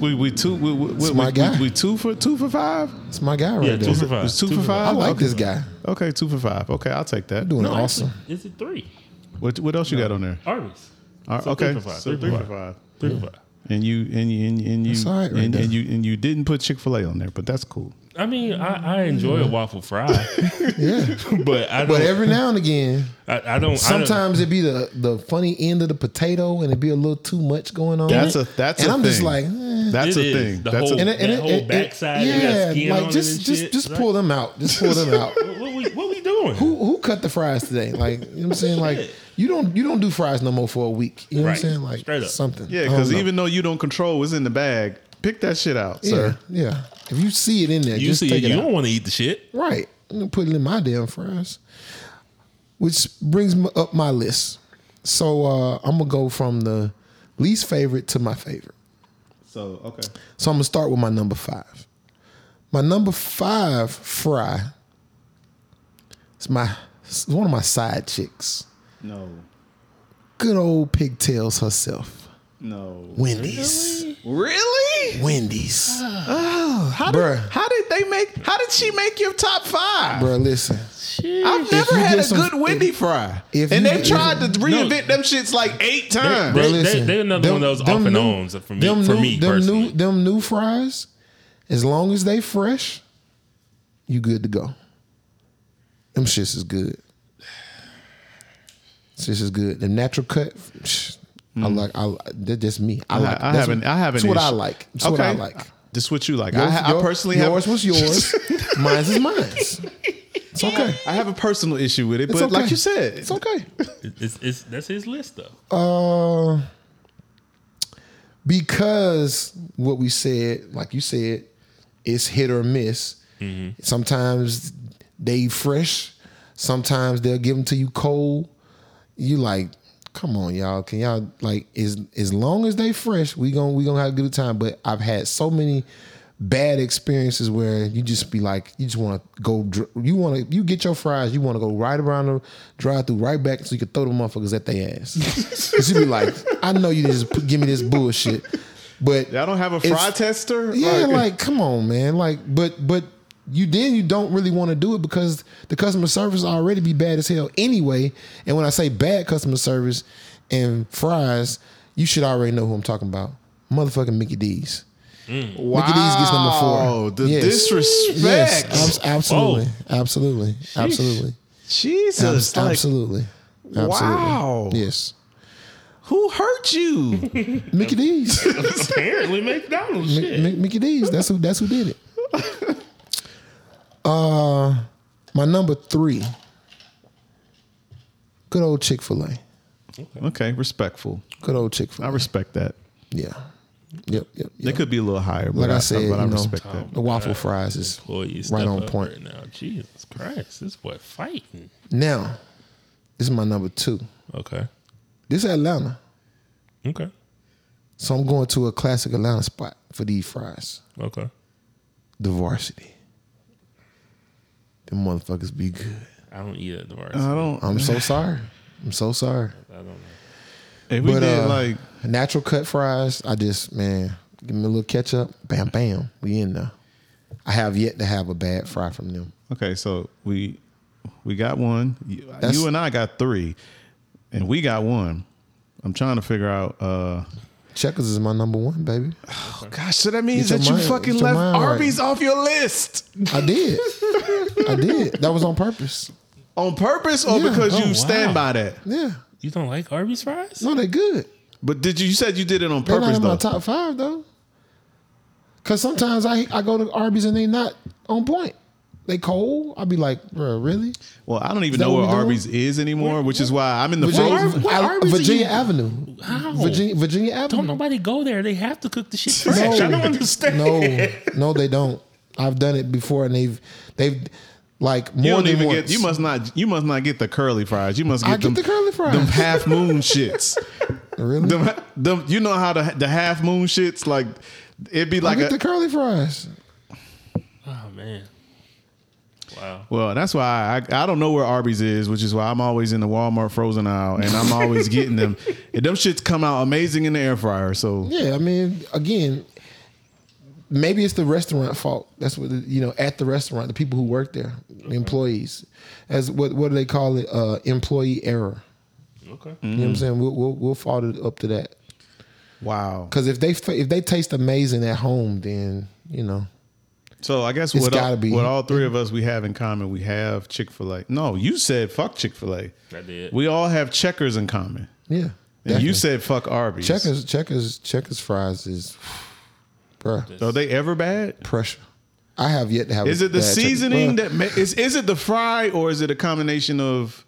We we two we we, we, my we- guy. we two for two for five. It's my guy right Yeah, there. two for five. It's two, for five. I like okay. this guy. Okay, two for five. Okay, I'll take that. Doing No, awesome. actually, is it three? What what else you got on there? Arby's. All right, So okay, three for five, so three for five. Three or five. And you and you and, you- and you That's all right right and, there. and you and you didn't put Chick Fil A on there, but that's cool. I mean, I, I enjoy a waffle fry, yeah. but I don't. But every now and again, I, I don't. I sometimes it'd be the, the funny end of the potato and it'd be a little too much going on. That's a that's and a I'm thing. just like, eh. that's It a is. thing. The that's whole- a, and it- and that it- whole it- it- backside, you got skin yeah, on like it just and just shit. just pull them out. Just pull them out. don't, what, we, what we doing? Who who cut the fries today? Like you know what I'm saying? Like you don't you don't do fries no more for a week. You know Right. what I'm saying? Like Straight up. something. yeah, I don't because know. even though you don't control what's in the bag, pick that shit out, yeah sir. yeah, if you see it in there, you just see, take it you out. don't want to eat the shit. Right. I'm gonna put it in my damn fries. Which brings m- up my list. So uh, I'm gonna go from the least favorite to my favorite. So okay. So I'm gonna start with my number five. My number five fry. It's my it's one of my side chicks. No. Good old pigtails herself. No. Wendy's. Really? Wendy's. How Bruh. did, how did they they make? How did she make your top five? bro. Listen, I've If never you had get a some- good Wendy if- fry, if and you- they've if- tried to reinvent them shits like eight times. They- bro. they- Listen, they another one of those off and ons for me- Them for new, me them personally. new, them new fries, as long as they fresh, you good to go. Them shits is good. This is good. The natural cut, psh, I like. I like- that- that's me. I like. Mm. I, I that's haven't. what- I haven't. That's what ish- I like. That's what I like. This what you like. I, Yours- ha- I your- personally have. yours was yours. mine's is mine's. It's okay. I have a personal issue with it, It's but okay. like you said, It's okay. It's, it's, that's his list though. Uh, because what we said, like you said, it's hit or miss. Sometimes they fresh. Sometimes they'll give them to you cold. You like, come on, y'all. Can y'all like as as long as they fresh, we gon' we gonna have a good time. But I've had so many bad experiences where you just be like, you just want to go. dr- You want to you get your fries. You want to go right around the drive through, right back, so you can throw the motherfuckers at their ass. 'Cause you be like, I know you just put- give me this bullshit. But I don't have a fry It's- tester. yeah, like, come on, man. Like, but but you then you don't really want to do it because the customer service already be bad as hell anyway. And when I say bad customer service and fries, you should already know who I'm talking about. Motherfucking Mickey D's. Mickey D's gets number Wow, four. the Yes. disrespect. Oh. Yes, abs- absolutely, absolutely, absolutely, Jesus, Abs- like, absolutely, absolutely. Wow. Yes, who hurt you? Mickey D's. Apparently McDonald's shit. M- Mickey D's. That's who. That's who did it. Uh, my number three. Good old Chick Fil A. okay, respectful. Good old Chick Fil I A. respect that. Yeah. Yep. Yep. It yep. could be a little higher, but Like I, I said, but I you know, respect that. the waffle fries is Employees right step on up point. right now. Jesus Christ, this boy fighting. Now, this is my number two. Okay, This is Atlanta, okay, so I'm going to a classic Atlanta spot for these fries. okay. The Varsity. Them motherfuckers be good. I don't eat at the Uh, bar. I don't. I'm so sorry. I'm so sorry. I don't know. If we but, did uh, like natural cut fries. I just man, give me a little ketchup, bam, bam, we in there. I have yet to have a bad fry from them. Okay, so we we got one. You, That's- you and I got three, and we got one. I'm trying to figure out. uh Checkers is my number one, baby. Gosh, so that means Get your that you mind- fucking get your left mind right. Arby's off your list I did, I did. That was on purpose. on purpose, or Yeah. because you Oh, stand by wow. that. Yeah, You don't like Arby's fries? no, they good. But did you? You said you did it on They're not purpose, in though. my top five though. Cause sometimes I I go to Arby's and they not on point. They cold. I'd be like, bro, really? Well, I don't even that know what where we doing? Arby's is anymore, which is why I'm in the Virginia, Arby- frozen. what Al- Arby's are Virginia you- Avenue. How? Virginia, Virginia Avenue. Don't nobody go there. They have to cook the shit fresh. I don't understand. No, no, they don't. I've done it before, and they've they've like more You don't than even once. get. You must not. You must not get the curly fries. You must get I get them, the curly fries. Them half moon shits. really. Them, them, you know how the the half moon shits like it'd be I like get a, the curly fries. Oh man. Wow. well that's why I, I don't know where Arby's is which is why I'm always in the Walmart frozen aisle and I'm always getting them and them shits come out amazing in the air fryer so Yeah, I mean, again, maybe it's the restaurant fault. That's what you know. At the restaurant, the people who work there, the employees, as what what do they call it? Uh, employee error. Okay. You Mm. know what I'm saying? We'll we'll, we'll fault it up to that. wow Because if they if they taste amazing at home, then you know. so I guess It's what all, gotta be. what all three of us we have in common we have Chick Fil A no you said fuck Chick Fil A I did. we all have checkers in common Yeah. and definitely. you said fuck Arby's checkers checkers checkers fries is, bruh. are they ever bad pressure. I have yet to have. is a it the bad check- seasoning Bruh, that ma- is is it the fry or is it a combination of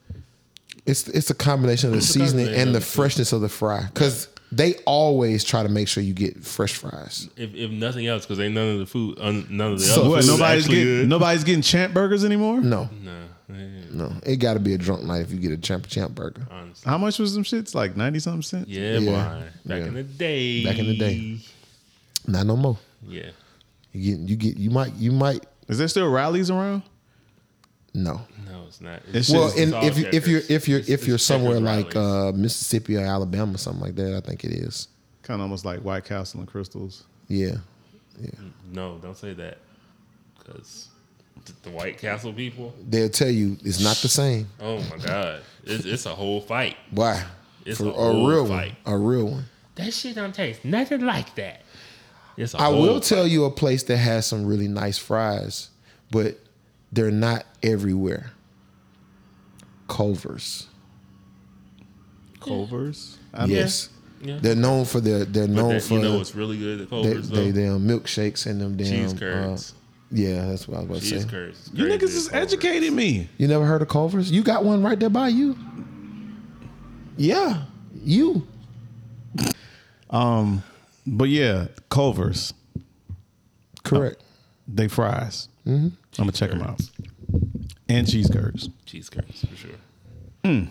it's it's a combination of the a seasoning combination and the of the two. freshness of the fry because they always try to make sure you get fresh fries. if, if nothing else, because ain't none of the food, un, none of the So other what, But food is nobody's actually getting good. nobody's getting champ burgers anymore. No, Nah, man, no, it got to be a drunk night if you get a champ champ burger. honestly. How much was them shits? Like ninety something cents. Yeah, Yeah. boy. Back Yeah. in the day. Back in the day. Not no more. Yeah. You get you get you might you might Is there still rallies around? no. No, it's not. It's Well, just- and all if you, if you're if you're Checkers. if you're It's- it's somewhere Checkers like uh, Mississippi or Alabama, something like that, I think it is. Kind of almost like White Castle and Crystals. Yeah, no, don't say that. because the White Castle people. They'll tell you it's not the same. Oh my God, it's, it's a whole fight. Why? It's For a a, whole real fight. one. A real one. That shit don't taste nothing like that. It's a I whole will tell you a place that has some really nice fries, but they're not everywhere. Culver's. Culver's. I mean, Yes. Yeah. They're known for their they're But known that, for you know the- what's really good at they, Culver's they though? damn milkshakes and them damn cheese uh, curds. yeah, that's what I was about to cheese say. curds. is You crazy niggas at is Culver's. educating me. You never heard of Culver's? You got one right there by you. Yeah, you. But yeah, Culver's. Correct. Oh. They fries. Mm-hmm. I'm gonna check them out. And cheese curds. Cheese curds for sure.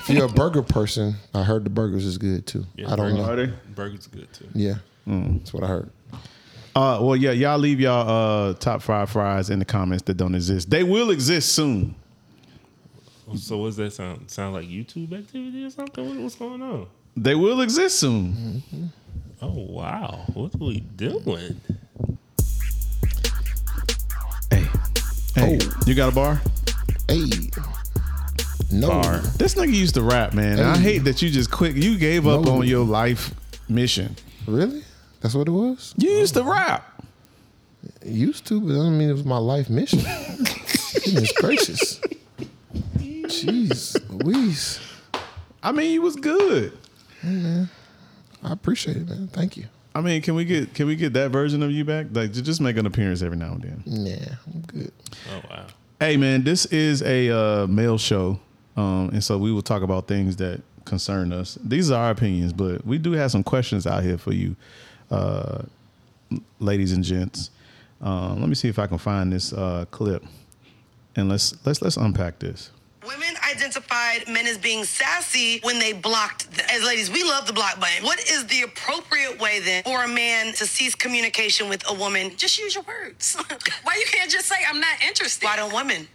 if you're a burger person, I heard the burgers is good too. I don't know. Are they? Burgers are good too. Yeah, that's what I heard. Uh, well, yeah, y'all leave y'all uh, top five fries in the comments that don't exist. They will exist soon. So what's that sound? Sound like YouTube activity or something? What, what's going on? They will exist soon. Oh wow, what are we doing? Hey, hey, Oh. you got a bar? Hey, no, Bar. This nigga used to rap, man. And I Hey. hate that you just quit. You gave up No. on your life mission. really? That's what it was. You used to rap. It used to, but I don't mean it was my life mission. Goodness gracious. Jeez, Louise. I mean, you was good. I appreciate it, man. Thank you. I mean, can we get can we get that version of you back? Like, ju- just make an appearance every now and then. Nah, I'm good. Oh wow. Hey man, this is a uh, mail show, um, and so we will talk about things that concern us. These are our opinions, but we do have some questions out here for you, uh, ladies and gents. Uh, let me see if I can find this uh, clip, and let's let's let's unpack this. Women identified men as being sassy when they blocked. Them. As ladies, we love the block button. What is the appropriate way then for a man to cease communication with a woman? Just Just use your words. Why you can't just say I'm not interested? why don't women?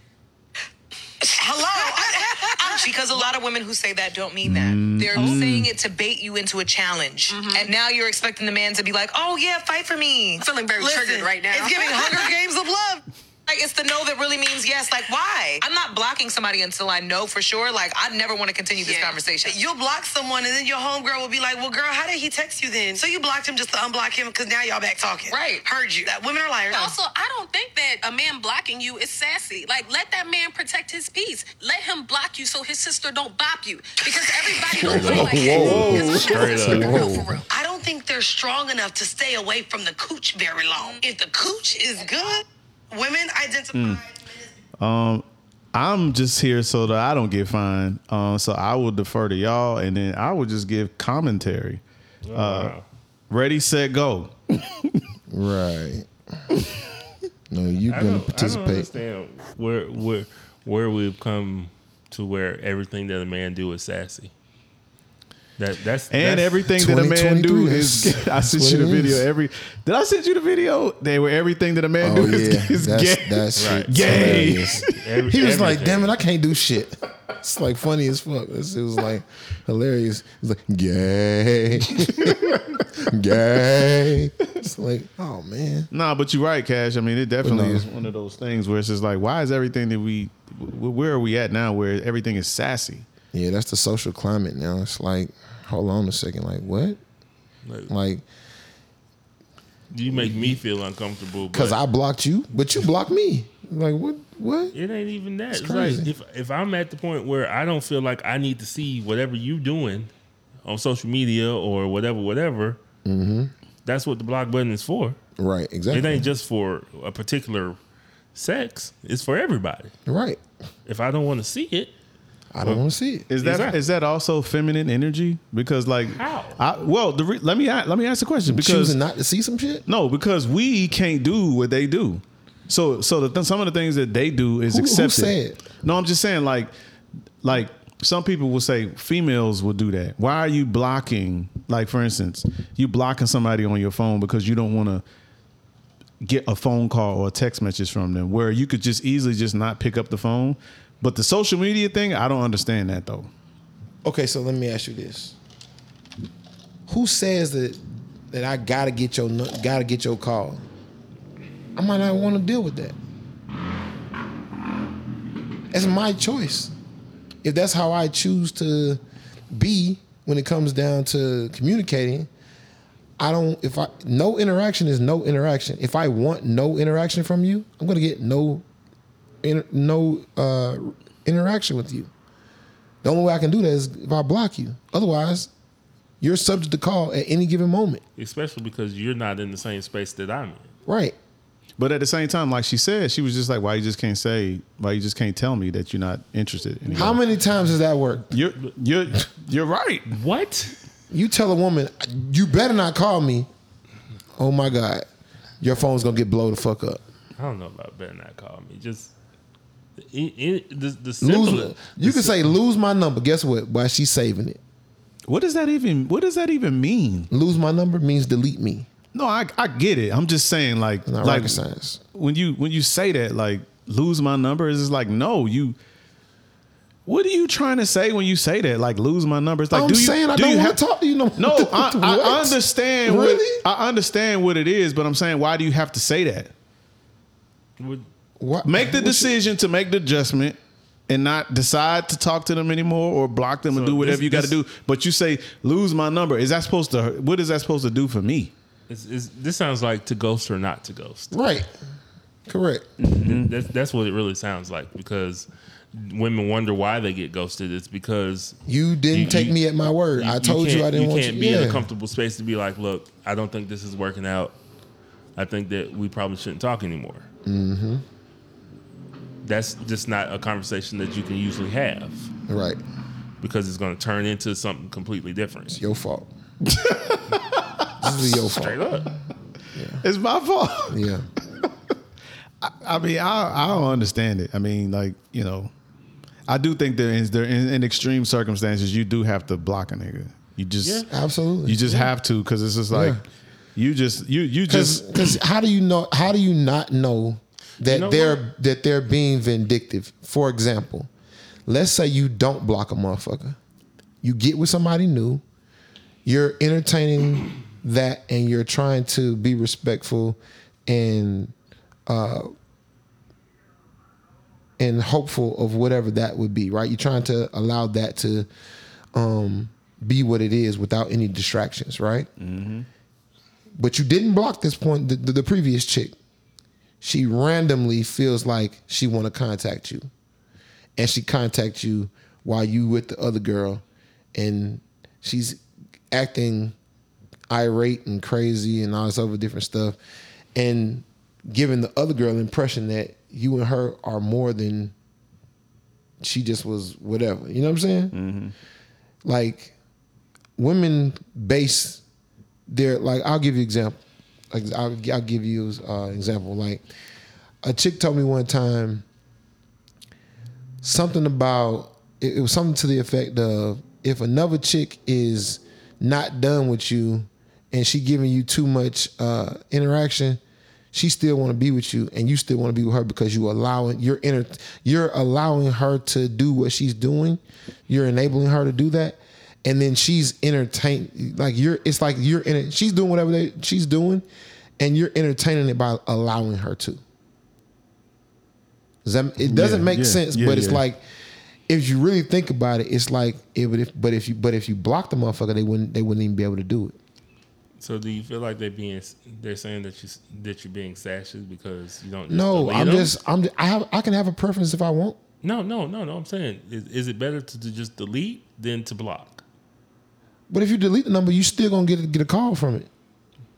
Hello, I- I- Because a lot of women who say that don't mean that. They're saying it to bait you into a challenge. And now you're expecting the man to be like, oh, yeah, fight for me. I'm feeling very listen, triggered right now. It's giving Hunger Games of love. Like, it's the no that really means yes. Like, why? I'm not blocking somebody until I know for sure. Like, I never want to continue this Yeah. conversation. You'll block someone, and then your homegirl will be like, "Well, girl, how did he text you then?" So you blocked him just to unblock him because now y'all back talking. Right. Heard you. That women are liars. Also, I don't think that a man blocking you is sassy. Like, let that man protect his peace. Let him block you so his sister don't bop you. Because everybody don't feel like Whoa, that. straight up. For real, for real. I don't think they're strong enough to stay away from the cooch very long. If the cooch is good, women identify. I'm just here so that I don't get fined. Uh, so I will defer to y'all, and then I will just give commentary. Oh, wow. Ready, set, go. Right. no, you're I don't, gonna I don't participate. understand where where where we've come to where everything that a man do is sassy. That that's And that's, everything that a man do 2023, is. that's- I sent that's you the what it video. is. Every did I send you the video? They were everything that a man Oh do is, yeah, is that's gay. that's Right. Gay. every- He was like, everything. "Damn it, I can't do shit." It's like funny as fuck. It's- It was like hilarious. It's like gay, gay. It's like, oh man, Nah, but you're right, Cash. I mean, it definitely no. is one of those things where it's just like, why is everything that we, wh- where are we at now? Where everything is sassy. yeah, that's the social climate now. It's like, hold on a second, like what? Like, Like, you make me feel uncomfortable cause but I blocked you, but you blocked me. Like what? What? It ain't even that. It's, like crazy. if if I'm at the point where I don't feel like I need to see whatever you doing on social media or whatever, whatever. Mm-hmm. That's what the block button is for. Right? It Exactly. ain't just for a particular sex. It's for everybody. Right. If I don't want to see it, I don't want to see it. Is that is Exactly. that also feminine energy? Because like, How? I, well, the re, let me a- let me ask the question because Choosing not to see some shit. no, because we can't do what they do. So so the th- some of the things that they do is Who- who accepted. said? No, I'm just saying like like some people will say females will do that. Why are you blocking? Like for instance, you blocking somebody on your phone because you don't want to get a phone call or a text message from them where you could just easily just not pick up the phone. But the social media thing, I don't understand that though. Okay, so let me ask you this: Who says that that I gotta get your nu- gotta get your call? I might not want to deal with that. That's my choice. If that's how I choose to be when it comes down to communicating, I don't if I no interaction is no interaction. If I want no interaction from you, I'm going to get no inter, no uh interaction with you. The only way I can do that is if I block you. Otherwise, you're subject to call at any given moment. especially because you're not in the same space that I'm in. Right. But at the same time, like she said, she was just like, "Why you just can't say? Why you just can't tell me that you're not interested?" Anymore? How many times has that worked? You're you're you're right. What? You tell a woman, you better not call me. Oh my God. Your phone's gonna get blow the fuck up. I don't know about better not call me. Just in, in, the the Lose simplest. you can say lose my number. Guess what? Why she's saving it. What does that even What does that even mean? Lose my number means delete me. No, I I get it. I'm just saying, like Not like rocket science. when you when you say that, like lose my number, it's just like no, you. What are you trying to say when you say that? Like lose my number? It's like I'm do you, saying I do don't you wanna have- talk to you no more. No, I, I- I What? understand. What, Really? I understand what it is, but I'm saying why do you have to say that? Would- What, Make the what decision to make the adjustment and not decide to talk to them anymore or block them and So do whatever this- you got to this- do. But you say lose my number. Is that supposed to? What is that supposed to do for me? It's, it's, this sounds like to ghost or not to ghost. you- right. Correct. Mm. That's, that's what it really sounds like because women wonder why they get ghosted. It's because You didn't You- take you- me at my word. I told you, can't- I didn't want can't you. be in Yeah. a comfortable space to be like, look, I don't think this is working out. I think that we probably shouldn't talk anymore. Mm-hmm. That's just not a conversation that you can usually have Right. because it's going to turn into something completely different. Your fault. this is your fault. Straight up. It's my fault. Yeah. I mean, I I don't understand it. I mean, like you know, I do think there is there in, in extreme circumstances you do have to block a nigga. You just Absolutely. you just have to because it's just like Yeah. you just you you just because how do you know how do you not know that You know they're that they're being vindictive for example let's say you don't block a motherfucker you get with somebody new you're entertaining that and you're trying to be respectful and uh and hopeful of whatever that would be right you're trying to allow that to um be what it is without any distractions right but you didn't block this point the, the, the previous chick she randomly feels like she want to contact you and she contacts you while you with the other girl and she's acting irate and crazy and all this other different stuff and giving the other girl the impression that you and her are more than she just was whatever you know what i'm saying like women base they're like I'll give you example. Like I'll, I'll give you uh, example. Like a chick told me one time something about it, it was something to the effect of if another chick is not done with you and she giving you too much uh, interaction, she still want to be with you and you still want to be with her because you allowing you're inter, you're allowing her to do what she's doing, you're enabling her to do that. And then she's entertain like you're. It's like you're in it. She's doing whatever they, she's doing, and you're entertaining it by allowing her to. Does that, it doesn't Yeah, make yeah, sense, yeah, but it's yeah. like if you really think about it, it's like it would if but if you but if you block the motherfucker, they wouldn't they wouldn't even be able to do it. So do you feel like they being they're saying that you that you're being sashes because you don't? Oh, No, delete I'm them? just I'm I have I can have a preference if I want. no, no, no, no. I'm saying is, is it better to, to just delete than to block? But if you delete the number, you still gonna get a, get a call from it.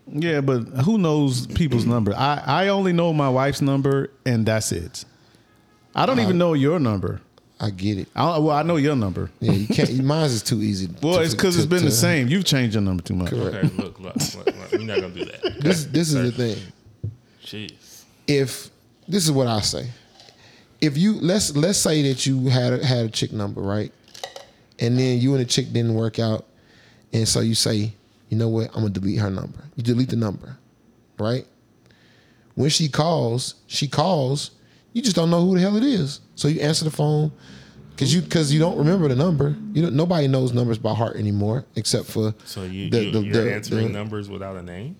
yeah. But who knows people's number? I I only know my wife's number and that's it. I don't even know your number. I get it. I don't, well, I know your number. Yeah, you can't. mine's is too easy. Well, to- it's because it's to- been the to- same. You've changed your number too much. Correct. Okay, look, look, look, look, we're not gonna do that. Okay? This this is the thing. Jeez. If this is what I say, if you let's let's say that you had a, had a chick number right, and then you and the chick didn't work out, and so you say, you know what, I'm gonna delete her number. You delete the number, right? When she calls, she calls. You just don't know who the hell it is, so you answer the phone because you because you don't remember the number. You don't, nobody knows numbers by heart anymore, except for So you, the- you the- you're the- answering the- numbers without a name.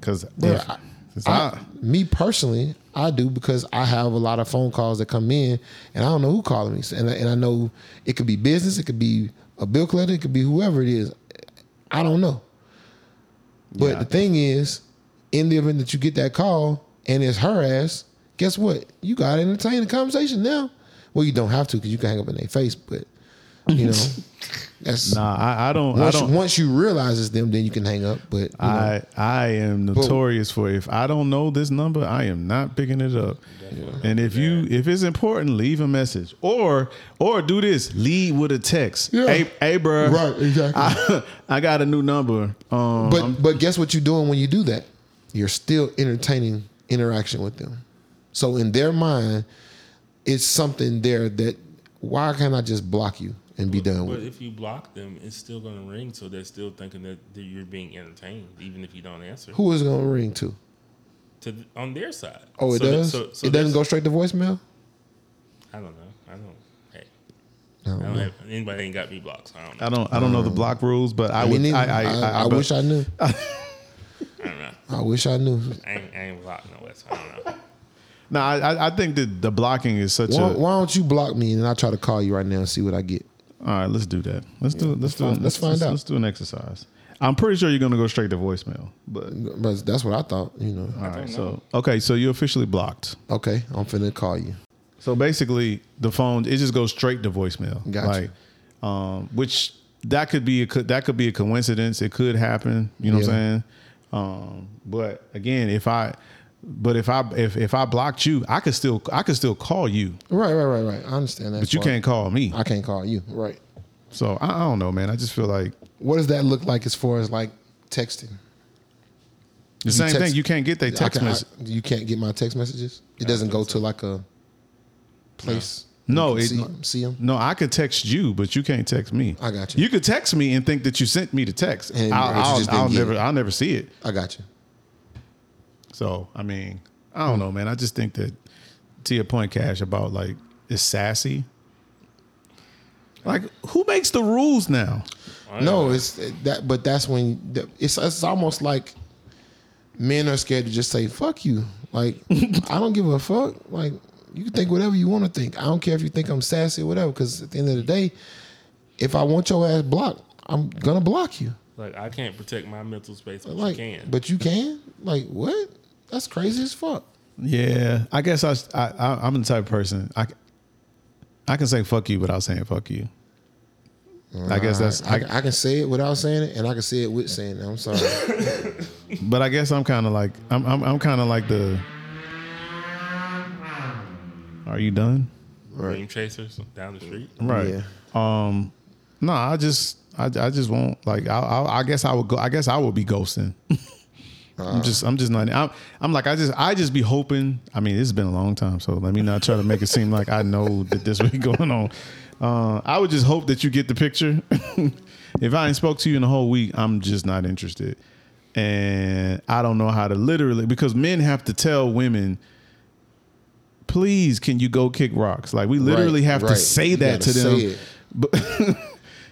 Because Bruh, I- 'Cause I, I, me personally, I do because I have a lot of phone calls that come in, and I don't know who calling me, and I, and I know it could be business, it could be a bill collector, it could be whoever it is. I don't know. But the thing is, in the event that you get that call and it's her ass, guess what? You gotta entertain the conversation now. Well, you don't have to because you can hang up in their face, but you know, that's nah, I, I don't. once, I don't. once you realize it's them, then you can hang up. But you know, I I am notorious for if I don't know this number, I am not picking it up. And if you if it's important, leave a message or or do this, lead with a text. Yeah. Hey, hey, bro, Right, exactly. I, I got a new number. Um, But I'm- but guess what you're doing when you do that? You're still entertaining interaction with them. So in their mind, it's something there that why can't I just block you and be done But with it? if you block them, it's still going to ring, so they're still thinking that, that you're being entertained, even if you don't answer. Who is it gonna ring to? To th- on their side. Oh, it So that- does. so- so it doesn't go that's- straight to voicemail. I don't know. I don't. Hey, I don't I don't know. have, anybody ain't got me blocked. So I don't know. I don't I don't know the block rules, but I Um, Me would neither. I I, I, I but- wish I knew. I don't know. I wish I knew. I ain't, I ain't blocked no West. I don't know. No, I I- I think that the blocking is such Why, a. why don't you block me and I try to call you right now and see what I get? All right, let's do that. Let's do let's do find- let's find out. Let's do an exercise. I'm pretty sure you're gonna go straight to voicemail, but But that's what I thought. You know. all right. So okay, so you're officially blocked. Okay, I'm finna call you. So basically, the phone it just goes straight to voicemail. Gotcha. Like, um, which that could be a co- that could be a coincidence. It could happen. You know what I'm saying? Um, but again, if I but if I if if I blocked you, I could still I could still call you, Right, right, right, right. I understand that. but you part. can't call me. I can't call you. Right. So I, I don't know, man. I just feel like What does that look like as far as like texting? the same text- thing. You can't get that text I can- I- message. you can't get my text messages. It doesn't go to like a place. No, you it, can see, see 'em? No, I could text you, but you can't text me. I got you. You could text me and think that you sent me the text. And I'll, you just I'll, didn't I'll get never, it. I'll never see it. I got you. So I mean, I don't know, man. I just think that to your point, Cash, about like it's sassy. Like who makes the rules now? No, it's that, but that's when the- it's it's almost like men are scared to just say "fuck you." Like I don't give a fuck. Like you can think whatever you want to think. I don't care if you think I'm sassy or whatever. Because at the end of the day, if I want your ass blocked, I'm gonna block you. Like I can't protect my mental space, but Like, you can. but you can. Like what? That's crazy as fuck. Yeah, I guess I, I, I I'm the type of person I, c- I can say fuck you without saying fuck you. I guess that's I, I can say it without saying it, and I can say it with saying it. I'm sorry. But I guess I'm kind of like I'm I'm, I'm kind of like the. Are you done? Dream chasers down the street. Right. Yeah. Um. No, I just I, I just won't like I, I I guess I would go I guess I would be ghosting. Uh-huh. I'm just I'm just not I'm I'm like I just I just be hoping I mean it's been a long time so let me not try to make it seem like I know that this be going on. Uh, I would just hope that you get the picture. if I ain't spoke to you in a whole week, I'm just not interested. And I don't know how to literally because men have to tell women, please can you go kick rocks? Like we literally have to right. say You that to gotta them. say it.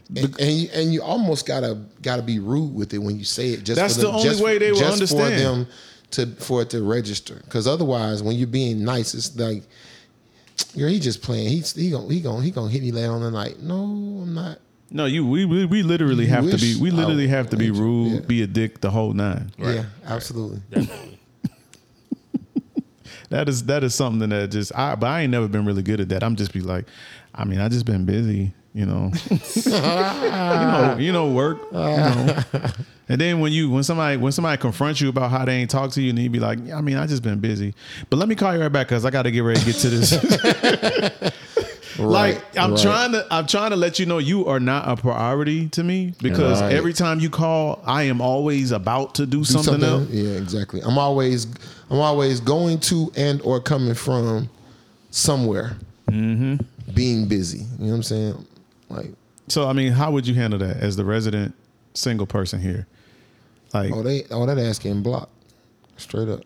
and, and you- and you almost gotta gotta be rude with it when you say it. Just That's for them, the only just- way they will just understand. for them to for it to register. Because otherwise, when you're being nice, it's like, girl, he just playing. He's he gonna he gonna he gonna hit me later on the night. No, I'm not. No, you we we, we literally have to wish be we literally I- have to be rude, yeah. be a dick the whole nine. Yeah, absolutely. Definitely. That is that is something that just I but I ain't never been really good at that. I'm just be like, I mean, I just been busy, you know. you know, you know, work. You know. And then when you when somebody when somebody confronts you about how they ain't talk to you and you be like, yeah, I mean, I just been busy. But let me call you right back because I gotta get ready to get to this. like Right, I'm right. trying to I'm trying to let you know you are not a priority to me because Right. every time you call, I am always about to do, something, else. Yeah, exactly. I'm always I'm always going to and or coming from somewhere. Mm-hmm. Being busy. You know what I'm saying? Like, So I mean, how would you handle that as the resident single person here? Like oh they oh that ass getting blocked. Straight up.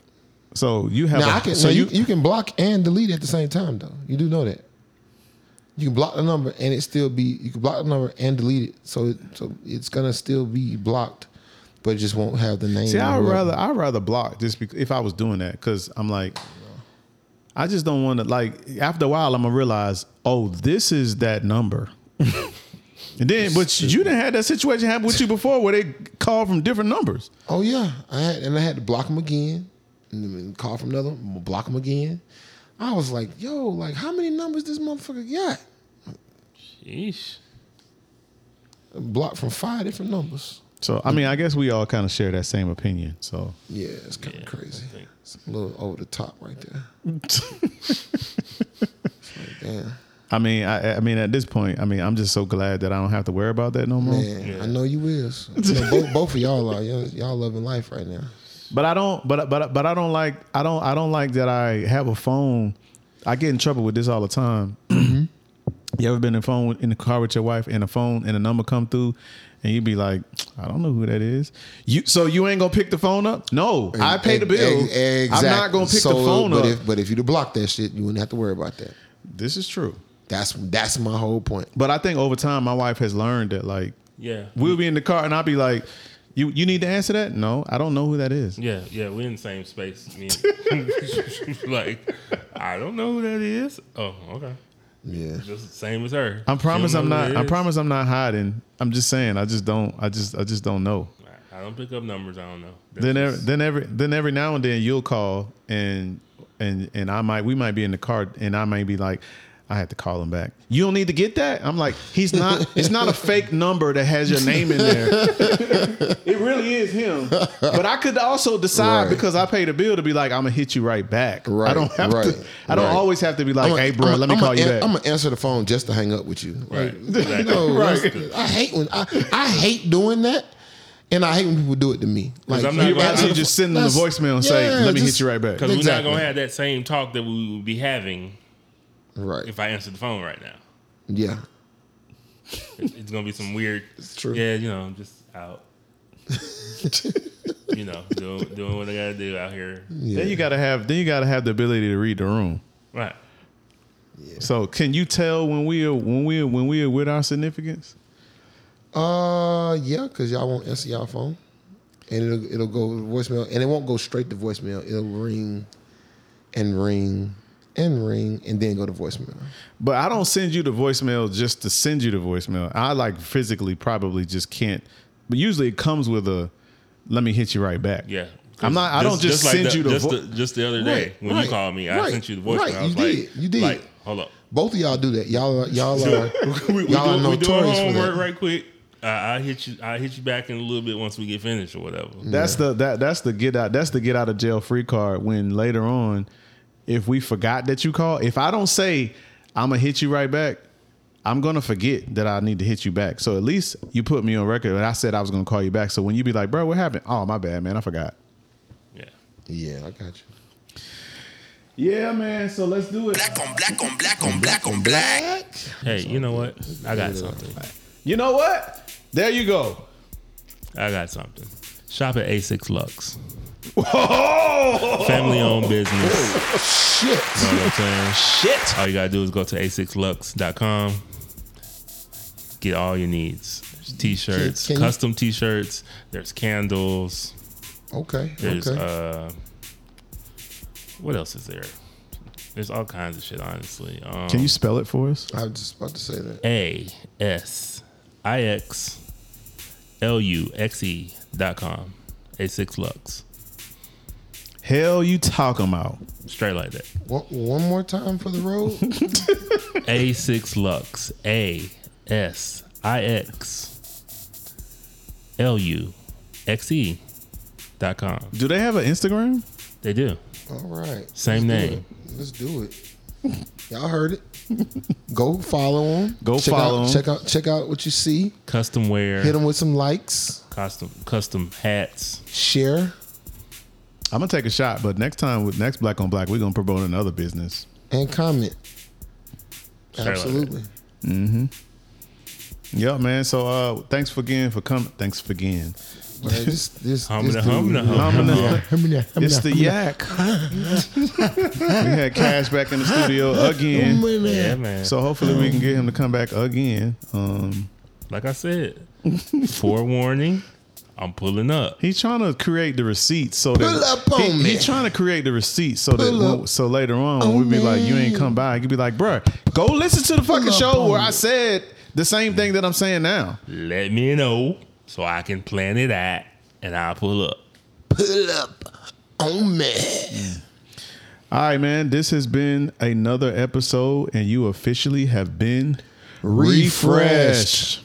So you have. Now a- I can so now you, you, you can block and delete at the same time though. You do know that. You can block the number and it still be you can block the number and delete it. So it, so it's gonna still be blocked but it just won't have the name. See, or I'd whoever. rather I'd rather block just because if I was doing that because I'm like, I just don't want to like. After a while, I'm gonna realize, oh, this is that number. and then, but you didn't have that situation happen with you before where they called from different numbers. Oh yeah, I had, and I had to block him again, and then call from another, block him again. I was like, yo, like how many numbers this motherfucker got? Yeesh. Blocked from five different numbers. So I mean, I guess we all kind of share that same opinion. So Yeah, it's kind of Yeah, crazy. I think- It's a little over the top right there. Damn, I mean, I, I mean, at this point, I mean, I'm just so glad that I don't have to worry about that no more. man, I know you is. You know, both, both of y'all are y'all, y'all loving life right now. But I don't. But but but I don't like. I don't. I don't like that. I have a phone. I get in trouble with this all the time. You ever been in phone with- in the car with your wife and a phone and a number come through, and you be like, I don't know who that is. You so you ain't gonna pick the phone up? No, I pay the Ex- bill. ex- Exactly. I'm not gonna pick So, the phone but up. If, but if you'd have blocked that shit, you wouldn't have to worry about that. this is true. That's that's my whole point. But I think over time, my wife has learned that like Yeah. we'll be in the car and I'll be like, you you need to answer that? No, I don't know who that is. Yeah, yeah, we're in the same space. Me and- like, I don't know who that is. Oh, okay. Yeah. Just the same as her. I promise She don't I'm know who not. it I is. promise I'm not hiding. I'm just saying. I just don't. I just. I just don't know. I- I don't pick up numbers. I don't know. That's Then every, just- then every then every now and then you'll call and and and I might we might be in the car and I might be like. I had to call him back. You don't need to get that. I'm like, he's not. It's not a fake number that has your name in there. it really is him. But I could also decide Right. because I paid a bill to be like, I'm gonna hit you right back. I Right, don't have right, to. I don't right. always have to be like, I'ma- hey, bro, I'ma- let me I'ma call you an- back. I'ma answer the phone just to hang up with you. Right. Like, Exactly. no, Right. that's- I hate when I, I hate doing that, and I hate when people do it to me. Like I'm not you gonna- answer You the just pho- send them the that's- voicemail and say, yeah, "Let me hit just- you right back." Because we're not exactly. gonna have that same talk that we would be having Right. if I answered the phone right now. yeah. It- It's gonna be some weird. It's true. Yeah, you know, I'm just out. you know, doing doing what I gotta do out here. Then you gotta have then you gotta have the ability to read the room. Right. So can you tell when we are when we are when we are with our significance? Uh, yeah, because y'all won't answer y'all phone, and it'll it'll go to voicemail, and it won't go straight to voicemail. It'll ring, and ring, and ring, and then go to voicemail. But I don't send you the voicemail just to send you the voicemail. I like physically probably just can't. But usually it comes with a let me hit you right back. Yeah. I'm not- I don't just send the, you the just, vo- the just the other day Right, when right, you called me, I right, sent you the voice. right, I was you like, did, you did. Like, hold up. Both of y'all do that. Y'all are y'all are we, we y'all do, are we do our notorious for homework that. right quick. I, I hit you. I hit you back in a little bit once we get finished or whatever. Mm. That's the that that's the get out that's the get out of jail free card when later on if we forgot that you called, if I don't say I'm gonna hit you right back, I'm gonna forget that I need to hit you back. So at least you put me on record and I said I was gonna call you back. So when you be like, bro, what happened? Oh my bad, man, I forgot. Yeah. Yeah, I got you. Yeah, man. So let's do it. Black on black on black on black on black. Hey, you know what? I got something. You know what? There you go. I got something. Shop at A6 Lux. Oh Family owned business. Oh, Shit. You know what I'm saying? shit. All you gotta do is go to a6lux.com. Get all your needs. There's T-shirts, Can- can you- custom T-shirts. There's candles. Okay. There's okay. uh, what else is there? There's all kinds of shit. Honestly, um, Can you spell it for us? I was just about to say that. A S I X L U X E dot com. A6 Lux. Hell you talking about. Straight like that. One, one more time for the road. A6 Lux. A S I X L U X E dot com. Do they have an Instagram? They do. All right. Same name. Let's Do it. Let's do it. Y'all heard it. Go follow them. Go check follow out, 'em. Check out check out what you see. Custom wear, Hit them with some likes. custom custom hats. Share I'm gonna take a shot, but next time with next black on black, we're gonna promote another business. and comment. like that. Absolutely. Yeah, man. So uh thanks for again for coming. Thanks for again. But this this, this Humna, dude- humna, humna. Humna, humna, It's the humna. yak. we had Cash back in the studio again. Humna. Yeah, man. So hopefully we can get him to come back again. Um like I said, forewarning. I'm pulling up. He's trying to create the receipt so that Pull up on he, me. He's trying to create the receipt so that Pull up when- so later on when we be on like, you ain't me. come by, you be like, bruh, go listen to the fucking up show on where me. I said the same thing that I'm saying now. Let me know so I can plan it out and I'll pull up. Pull up on me. All right, man. This has been another episode, and you officially have been Refreshed.